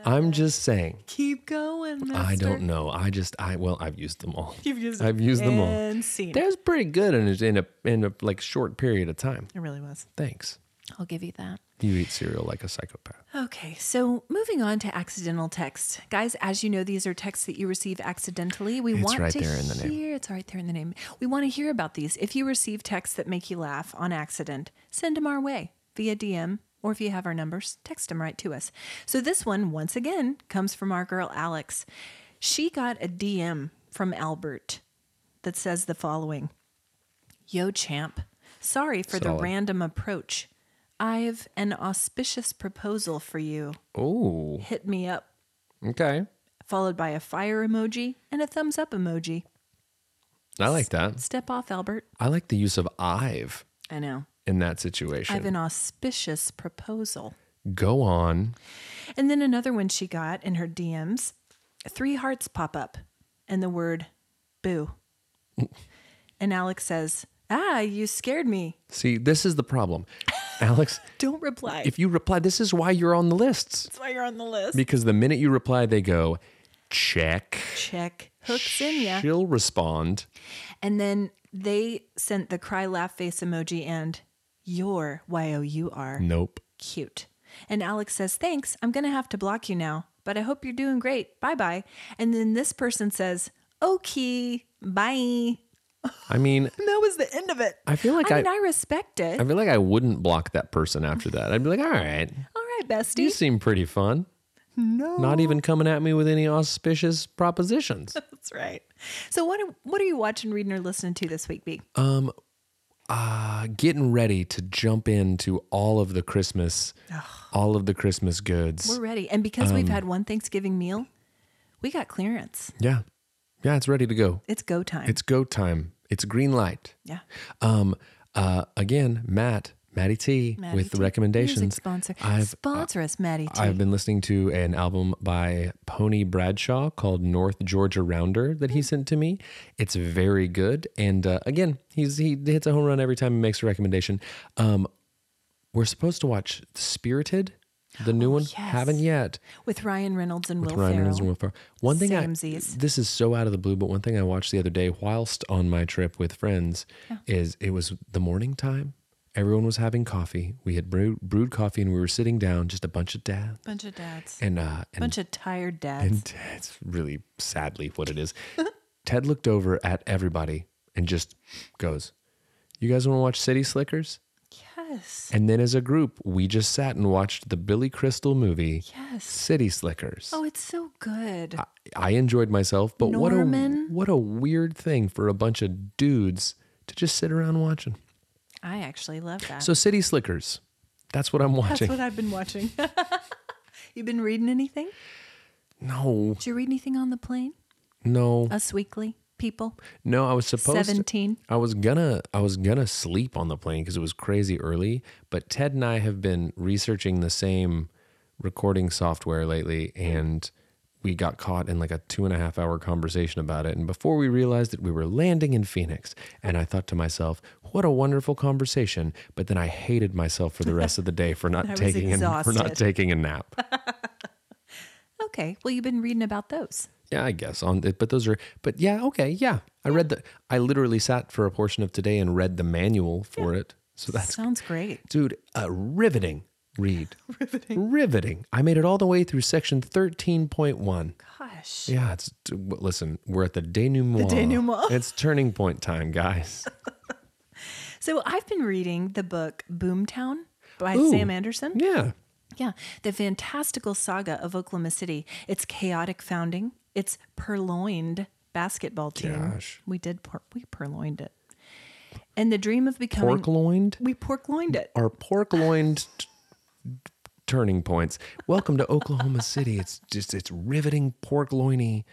[SPEAKER 1] I'm just saying.
[SPEAKER 2] keep going. Master.
[SPEAKER 1] I don't know. I just I well, I've used them all.
[SPEAKER 2] You've used
[SPEAKER 1] I've used them all.
[SPEAKER 2] and seen. it.
[SPEAKER 1] That was pretty good in a, in a in a like short period of time.
[SPEAKER 2] It really was.
[SPEAKER 1] Thanks.
[SPEAKER 2] I'll give you that.
[SPEAKER 1] You eat cereal like a psychopath.
[SPEAKER 2] Okay, so moving on to accidental text. Guys, as you know, these are texts that you receive accidentally. We want
[SPEAKER 1] right
[SPEAKER 2] to
[SPEAKER 1] there in the
[SPEAKER 2] hear,
[SPEAKER 1] name.
[SPEAKER 2] it's right there in the name. We want to hear about these. If you receive texts that make you laugh on accident, send them our way via DM or if you have our numbers, text them right to us. So this one, once again, comes from our girl Alex. She got a DM from Albert that says the following Yo, champ. Sorry for the
[SPEAKER 1] Solid.
[SPEAKER 2] random approach. I've an auspicious proposal for you.
[SPEAKER 1] Oh,
[SPEAKER 2] Hit me up,
[SPEAKER 1] okay.
[SPEAKER 2] followed by a fire emoji and a thumbs up emoji.
[SPEAKER 1] I like that.
[SPEAKER 2] Step off, Albert.
[SPEAKER 1] I like the use of I've
[SPEAKER 2] I know.
[SPEAKER 1] in that
[SPEAKER 2] I have
[SPEAKER 1] situation.
[SPEAKER 2] an auspicious proposal.
[SPEAKER 1] Go on.
[SPEAKER 2] And then another one she got in her DMs three hearts pop up and the word
[SPEAKER 1] [laughs]
[SPEAKER 2] boo. and Alex says, Ah, you scared me.
[SPEAKER 1] See, this is the
[SPEAKER 2] [laughs]
[SPEAKER 1] problem. Alex,
[SPEAKER 2] Don't reply.
[SPEAKER 1] if you reply, this is why you're on the lists.
[SPEAKER 2] That's why you're on the list.
[SPEAKER 1] Because the minute you reply, they go, check.
[SPEAKER 2] Check hooks in ya.
[SPEAKER 1] She'll respond.
[SPEAKER 2] And then they sent the cry laugh face emoji and your Y O U R
[SPEAKER 1] Nope.
[SPEAKER 2] cute. And Alex says, Thanks, I'm gonna have to block you now, but I hope you're doing great. Bye bye. And then this person says, Okay, bye.
[SPEAKER 1] I mean,
[SPEAKER 2] And that was the end of it.
[SPEAKER 1] I feel like I,
[SPEAKER 2] mean, I respect it.
[SPEAKER 1] I, feel like I wouldn't block that person after that. I'd be like, all right,
[SPEAKER 2] All right,
[SPEAKER 1] you
[SPEAKER 2] bestie.
[SPEAKER 1] seem pretty fun. No. Not even coming at me with any auspicious
[SPEAKER 2] [laughs]
[SPEAKER 1] propositions.
[SPEAKER 2] That's right. So what are, what are you watching, reading, or listening to this week, B?
[SPEAKER 1] uh, getting ready to jump into all of the Christmas, all of the Christmas goods.
[SPEAKER 2] We're ready. And because we've had one Thanksgiving meal, we got clearance.
[SPEAKER 1] yeah. Yeah, it's ready to go.
[SPEAKER 2] It's go time.
[SPEAKER 1] It's go time. It's green light.
[SPEAKER 2] yeah.
[SPEAKER 1] Um, uh, again, Matt, Matty T,
[SPEAKER 2] Maddie
[SPEAKER 1] with the
[SPEAKER 2] T. Music
[SPEAKER 1] recommendations.
[SPEAKER 2] sponsor.
[SPEAKER 1] I've- uh,
[SPEAKER 2] sponsor us, Maddie T.
[SPEAKER 1] I've been listening to an album by Pony Bradshaw called North Georgia Rounder that
[SPEAKER 2] Hmm.
[SPEAKER 1] he sent to me. It's very good, and uh, again, he's he hits a home run every time he makes a recommendation. Um, we're supposed to watch Spirited, the
[SPEAKER 2] Oh,
[SPEAKER 1] new one. Haven't yet.
[SPEAKER 2] with Ryan Reynolds and Will
[SPEAKER 1] Ryan
[SPEAKER 2] Ferrell.
[SPEAKER 1] Reynolds and Will Ferrell. One thing
[SPEAKER 2] Samesies.
[SPEAKER 1] I this is so out of the blue, but one thing I watched the other day whilst on my trip with friends is it was the morning time. Everyone was having coffee. We had brewed, brewed coffee and we were sitting down, just a bunch of dads.
[SPEAKER 2] Bunch of dads.
[SPEAKER 1] And uh, and,
[SPEAKER 2] Bunch of tired dads.
[SPEAKER 1] and [laughs] it's really sadly what
[SPEAKER 2] [laughs]
[SPEAKER 1] it is. Ted looked over at everybody and just goes, "You guys want to watch City Slickers?"
[SPEAKER 2] yes.
[SPEAKER 1] And then as a group, we just sat and watched the Billy Crystal movie,
[SPEAKER 2] Yes.
[SPEAKER 1] City Slickers.
[SPEAKER 2] Oh, it's so good.
[SPEAKER 1] I- I enjoyed myself, but what a
[SPEAKER 2] Norman.
[SPEAKER 1] what a weird thing for a bunch of dudes to just sit around watching.
[SPEAKER 2] I actually love that.
[SPEAKER 1] So City Slickers, that's what I'm
[SPEAKER 2] That's
[SPEAKER 1] watching.
[SPEAKER 2] what I've been watching. [laughs] you been reading anything?
[SPEAKER 1] no,
[SPEAKER 2] Did you read anything on the plane?
[SPEAKER 1] no,
[SPEAKER 2] Us Weekly, people.
[SPEAKER 1] no. I was supposed. to-
[SPEAKER 2] Seventeen.
[SPEAKER 1] I was gonna I was gonna sleep on the plane because it was crazy early. But Ted and I have been researching the same recording software lately, and we got caught in like a two and a half hour conversation about it. And before we realized it, we were landing in Phoenix, and I thought to myself, "What a wonderful conversation!" But then I hated myself for the rest of the day for
[SPEAKER 2] [laughs] I
[SPEAKER 1] not
[SPEAKER 2] was
[SPEAKER 1] taking a, for
[SPEAKER 2] exhausted. [laughs]
[SPEAKER 1] not taking a nap.
[SPEAKER 2] Okay. Well, you've been reading about those.
[SPEAKER 1] Yeah, I guess on it, but those are. But yeah, okay, yeah. I read the. I literally sat for a portion of today and read the manual for it. So that's
[SPEAKER 2] Sounds great.
[SPEAKER 1] dude, a riveting
[SPEAKER 2] [laughs]
[SPEAKER 1] read. riveting. Riveting. I made it all the way through section thirteen point one.
[SPEAKER 2] Gosh.
[SPEAKER 1] Yeah, it's d- w- listen. We're at the denouement.
[SPEAKER 2] The denouement.
[SPEAKER 1] It's turning point time,
[SPEAKER 2] [laughs]
[SPEAKER 1] guys.
[SPEAKER 2] So I've been reading the book Boomtown by
[SPEAKER 1] Ooh.
[SPEAKER 2] Sam Anderson.
[SPEAKER 1] Yeah.
[SPEAKER 2] Yeah, the fantastical saga of Oklahoma City. Its chaotic founding, its purloined basketball team.
[SPEAKER 1] Gosh.
[SPEAKER 2] We did pur- we purloined it. And the dream of becoming
[SPEAKER 1] Pork loined.
[SPEAKER 2] we porkloined it.
[SPEAKER 1] Our pork loined t- turning points. Welcome to Oklahoma City. It's just it's riveting pork loiny.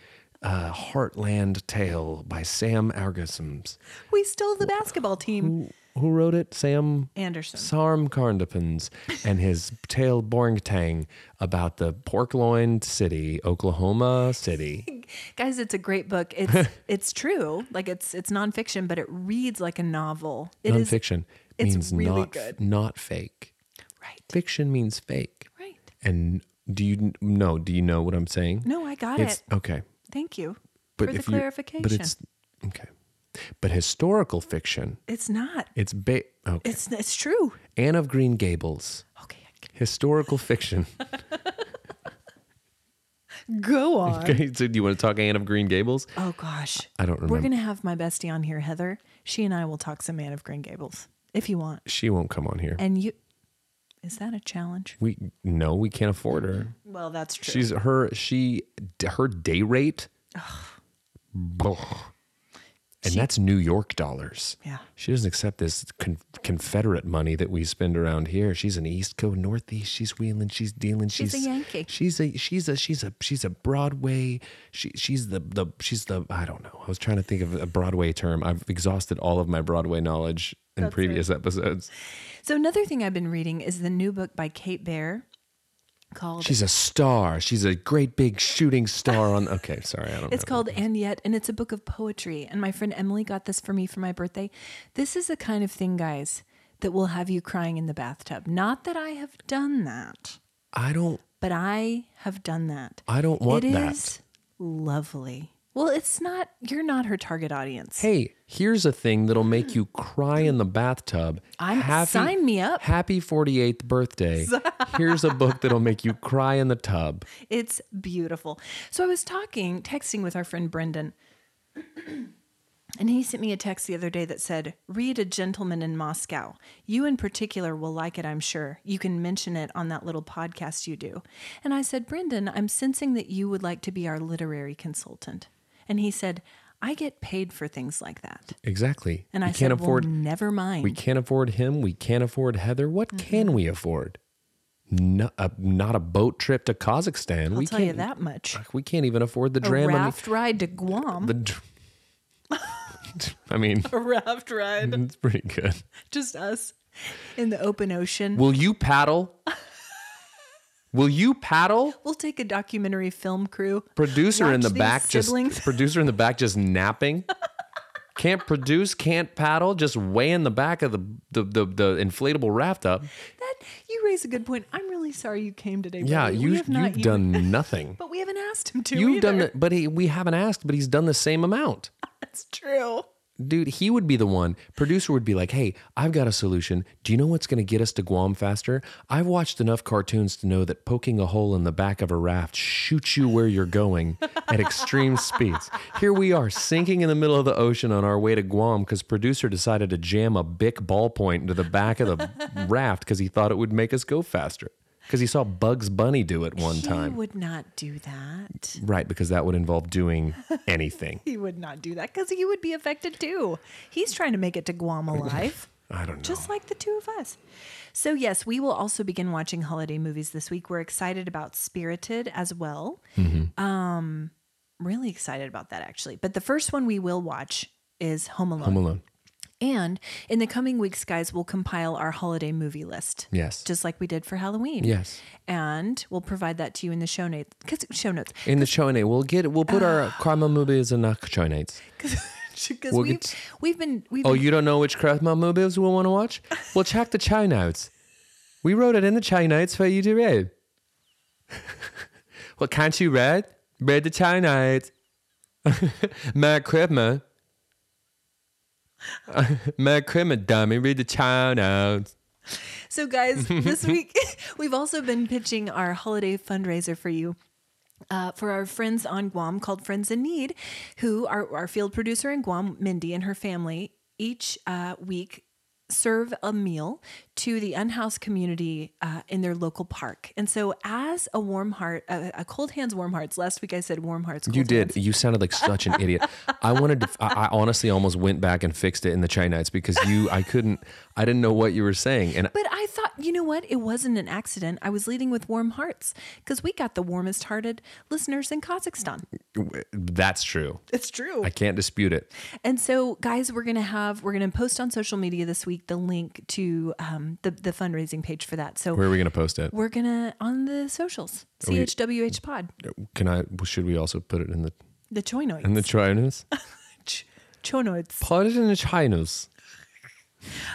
[SPEAKER 1] Uh, Heartland Tale by Sam Argesams.
[SPEAKER 2] We stole the basketball team.
[SPEAKER 1] Who wrote it? Sam
[SPEAKER 2] Anderson.
[SPEAKER 1] Sarm Karndapins and his tale Borngtang about the pork loined city, Oklahoma City.
[SPEAKER 2] Guys, it's a
[SPEAKER 1] [laughs]
[SPEAKER 2] great book. It's it's true. Like it's it's nonfiction, but it reads like a novel. It is
[SPEAKER 1] Nonfiction
[SPEAKER 2] it's
[SPEAKER 1] means
[SPEAKER 2] really
[SPEAKER 1] not
[SPEAKER 2] good.
[SPEAKER 1] not fake.
[SPEAKER 2] right.
[SPEAKER 1] Fiction means fake.
[SPEAKER 2] Right.
[SPEAKER 1] And do you n- no? Do you know what I'm saying?
[SPEAKER 2] No, I got
[SPEAKER 1] It's
[SPEAKER 2] it.
[SPEAKER 1] okay,
[SPEAKER 2] Thank you
[SPEAKER 1] but
[SPEAKER 2] for the
[SPEAKER 1] if you
[SPEAKER 2] clarification.
[SPEAKER 1] but it's okay, but historical fiction.
[SPEAKER 2] It's not.
[SPEAKER 1] It's ba- okay.
[SPEAKER 2] It's it's true.
[SPEAKER 1] Anne of Green Gables,
[SPEAKER 2] Okay. I
[SPEAKER 1] historical
[SPEAKER 2] [laughs]
[SPEAKER 1] fiction.
[SPEAKER 2] can- Go on.
[SPEAKER 1] okay, so do you want to talk Anne of Green Gables?
[SPEAKER 2] Oh gosh.
[SPEAKER 1] I don't
[SPEAKER 2] We're
[SPEAKER 1] remember.
[SPEAKER 2] gonna have my bestie on here, Heather. She and I will talk some Man of Green Gables if you want.
[SPEAKER 1] She won't come on here.
[SPEAKER 2] And you, is that a challenge?
[SPEAKER 1] We no, we can't afford her.
[SPEAKER 2] Well, that's true.
[SPEAKER 1] She's her she d- her day rate. Blah. And that's New York dollars.
[SPEAKER 2] Yeah.
[SPEAKER 1] She doesn't accept this con- Confederate money that we spend around here. She's an East Coast, Northeast. She's wheeling. She's dealing. She's,
[SPEAKER 2] a Yankee.
[SPEAKER 1] She's a she's a she's a she's a Broadway. She she's the the she's the I don't know. I was trying to think of a Broadway term. I've exhausted all of my Broadway knowledge in previous episodes.
[SPEAKER 2] so another thing I've been reading is the new book by Kate Bear called.
[SPEAKER 1] She's a star. She's a great big shooting star
[SPEAKER 2] [laughs]
[SPEAKER 1] on. Okay, sorry, I don't.
[SPEAKER 2] it's
[SPEAKER 1] know.
[SPEAKER 2] called And Yet, and it's a book of poetry. And my friend Emily got this for me for my birthday. This is the kind of thing, guys, that will have you crying in the bathtub. Not that I have done that,
[SPEAKER 1] I don't.
[SPEAKER 2] but I have done that.
[SPEAKER 1] I don't want
[SPEAKER 2] It is
[SPEAKER 1] that.
[SPEAKER 2] lovely. Well, it's not. You're not her target audience.
[SPEAKER 1] Hey, here's a thing that'll make you cry in the bathtub.
[SPEAKER 2] I'm- sign me up.
[SPEAKER 1] Happy 48th
[SPEAKER 2] [laughs]
[SPEAKER 1] birthday. here's a book that'll make you cry in the tub.
[SPEAKER 2] It's beautiful. So I was talking, texting with our friend Brendan, [clears throat] and he sent me a text the other day that said, Read A Gentleman in Moscow. You in particular will like it, I'm sure. You can mention it on that little podcast you do. And I said, Brendan, I'm sensing that you would like to be our literary consultant. And he said, I get paid for things like that.
[SPEAKER 1] Exactly.
[SPEAKER 2] And
[SPEAKER 1] we
[SPEAKER 2] I
[SPEAKER 1] can't
[SPEAKER 2] said,
[SPEAKER 1] afford.
[SPEAKER 2] Well, never mind.
[SPEAKER 1] we can't afford him. We can't afford Heather. What
[SPEAKER 2] Mm-hmm.
[SPEAKER 1] can we afford? No, a, not a boat trip to Kazakhstan.
[SPEAKER 2] I'll
[SPEAKER 1] we
[SPEAKER 2] tell
[SPEAKER 1] can't.
[SPEAKER 2] you that much.
[SPEAKER 1] We can't even afford the
[SPEAKER 2] A
[SPEAKER 1] dram. on
[SPEAKER 2] raft ride to Guam.
[SPEAKER 1] The, the. dr- [laughs] I mean,
[SPEAKER 2] [laughs] a raft ride.
[SPEAKER 1] it's pretty good.
[SPEAKER 2] Just us in the open ocean.
[SPEAKER 1] Will you paddle? Will you paddle?
[SPEAKER 2] We'll take a documentary film crew.
[SPEAKER 1] Producer in
[SPEAKER 2] Watch
[SPEAKER 1] the
[SPEAKER 2] these
[SPEAKER 1] back
[SPEAKER 2] siblings.
[SPEAKER 1] just producer in the back just napping. Can't produce, can't paddle, just way in the back of the the, the, the inflatable raft up.
[SPEAKER 2] That you raise a good point. I'm really sorry you came today.
[SPEAKER 1] Yeah,
[SPEAKER 2] buddy. We
[SPEAKER 1] you
[SPEAKER 2] have not
[SPEAKER 1] you've
[SPEAKER 2] even-
[SPEAKER 1] done
[SPEAKER 2] [laughs]
[SPEAKER 1] nothing.
[SPEAKER 2] but we haven't asked him to.
[SPEAKER 1] You've done
[SPEAKER 2] either.
[SPEAKER 1] the, but he, we haven't asked, but he's done the same amount.
[SPEAKER 2] [laughs] That's true.
[SPEAKER 1] Dude, he would be the one. Producer would be like, "Hey, I've got a solution. Do you know what's going to get us to Guam faster? I've watched enough cartoons to know that poking a hole in the back of a raft shoots you where you're going at
[SPEAKER 2] [laughs]
[SPEAKER 1] extreme speeds. Here we are, sinking in the middle of the ocean on our way to Guam because producer decided to jam a big ballpoint into the back of
[SPEAKER 2] [laughs]
[SPEAKER 1] the raft because he thought it would make us go faster. Because he saw Bugs Bunny do it one
[SPEAKER 2] he
[SPEAKER 1] time,
[SPEAKER 2] would not do that.
[SPEAKER 1] right? Because that would involve
[SPEAKER 2] [laughs]
[SPEAKER 1] doing anything.
[SPEAKER 2] He would not do that because he would be affected too. He's trying to make it
[SPEAKER 1] [laughs]
[SPEAKER 2] to Guam alive.
[SPEAKER 1] I don't know.
[SPEAKER 2] Just like the two of us. So, yes, we will also begin watching holiday movies this week. We're excited about Spirited as well.
[SPEAKER 1] Mm-hmm.
[SPEAKER 2] Um, really excited about that, actually. But the first one we will watch is Home Alone.
[SPEAKER 1] Home Alone.
[SPEAKER 2] And in the coming weeks, guys, we'll compile our holiday movie list.
[SPEAKER 1] Yes.
[SPEAKER 2] Just like we did for Halloween.
[SPEAKER 1] Yes.
[SPEAKER 2] And we'll provide that to you in the show notes. Cause show notes. [laughs]
[SPEAKER 1] In the show night, we'll get we'll put our Karma movies in our show nights.
[SPEAKER 2] Because
[SPEAKER 1] We'll
[SPEAKER 2] we've,
[SPEAKER 1] get-
[SPEAKER 2] we've been, we've
[SPEAKER 1] Oh,
[SPEAKER 2] been
[SPEAKER 1] you don't know which Karma movies we want to watch? Well, check the show notes. [laughs] We wrote it in the show notes for you to read. well, can't you read? Ready to Chinese. [laughs] My equipment. [laughs] My equipment, dummy. Read the Chinese.
[SPEAKER 2] So, guys,
[SPEAKER 1] [laughs]
[SPEAKER 2] this week [laughs] we've also been pitching our holiday fundraiser for you. Uh, for our friends on Guam called Friends in Need, who are our field producer in Guam, Mindy, and her family each uh, week serve a meal to the unhoused community uh, in their local park. And so, as a warm heart, a, a cold hands, warm hearts, last week I said warm hearts.
[SPEAKER 1] You
[SPEAKER 2] cold
[SPEAKER 1] did. You sounded like such an idiot. I wanted to. I, I honestly almost went back and fixed it in the Chinites because you. I couldn't. I didn't know what you were saying, and
[SPEAKER 2] But I thought, you know what? It wasn't an accident. I was leading with warm hearts because we got the warmest hearted listeners in Kazakhstan.
[SPEAKER 1] that's true.
[SPEAKER 2] It's true.
[SPEAKER 1] I can't dispute it.
[SPEAKER 2] And so, guys, we're gonna have we're gonna post on social media this week the link to um, the the fundraising page for that. So
[SPEAKER 1] Where are we gonna post it?
[SPEAKER 2] we're gonna on the socials
[SPEAKER 1] Oh,
[SPEAKER 2] CHWH Pod
[SPEAKER 1] Can I? Should we also put it in the
[SPEAKER 2] the
[SPEAKER 1] in
[SPEAKER 2] Choinoids.
[SPEAKER 1] the Chinese?
[SPEAKER 2] Ch- Choinoids.
[SPEAKER 1] Put it in the Chinese.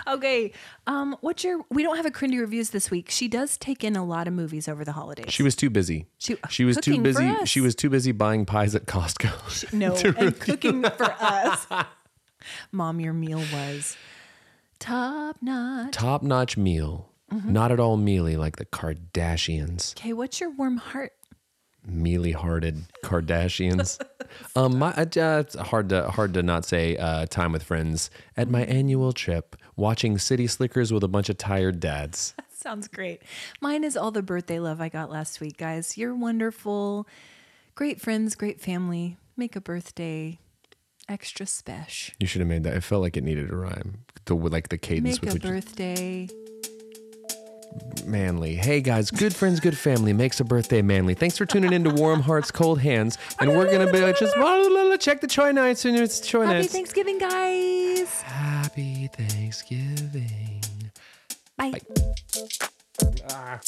[SPEAKER 2] Okay. Um, what's your? We don't have a crindy reviews this week. She does take in a lot of movies over the holidays.
[SPEAKER 1] She was too busy.
[SPEAKER 2] She-
[SPEAKER 1] she was too
[SPEAKER 2] cooking for
[SPEAKER 1] busy.
[SPEAKER 2] us.
[SPEAKER 1] She was too busy buying pies at [laughs] Costco.
[SPEAKER 2] No, and cooking for us. Mom, your meal was top notch.
[SPEAKER 1] Top notch meal.
[SPEAKER 2] Mm-hmm.
[SPEAKER 1] Not at all mealy like the Kardashians.
[SPEAKER 2] Okay, what's your warm heart?
[SPEAKER 1] Mealy hearted
[SPEAKER 2] [laughs]
[SPEAKER 1] Kardashians. um, my, uh, it's hard to hard to not say uh, time with friends at my annual trip, watching City Slickers with a bunch of tired dads.
[SPEAKER 2] Sounds great. Mine is all the birthday love I got last week, guys. You're wonderful. Great friends, great family. Make a birthday extra special.
[SPEAKER 1] You should have made that. It felt like it needed a rhyme. The like the cadence
[SPEAKER 2] Make
[SPEAKER 1] with
[SPEAKER 2] a
[SPEAKER 1] which you-
[SPEAKER 2] birthday.
[SPEAKER 1] manly. Hey guys, good friends, good family makes a birthday manly. Thanks for tuning in to Warm Hearts, Cold Hands, and we're gonna be like, just blah, blah, blah, blah, check the Choi Nights and it's Choi
[SPEAKER 2] Happy
[SPEAKER 1] Nights.
[SPEAKER 2] Thanksgiving, guys.
[SPEAKER 1] Happy Thanksgiving.
[SPEAKER 2] Bye.
[SPEAKER 1] Ah.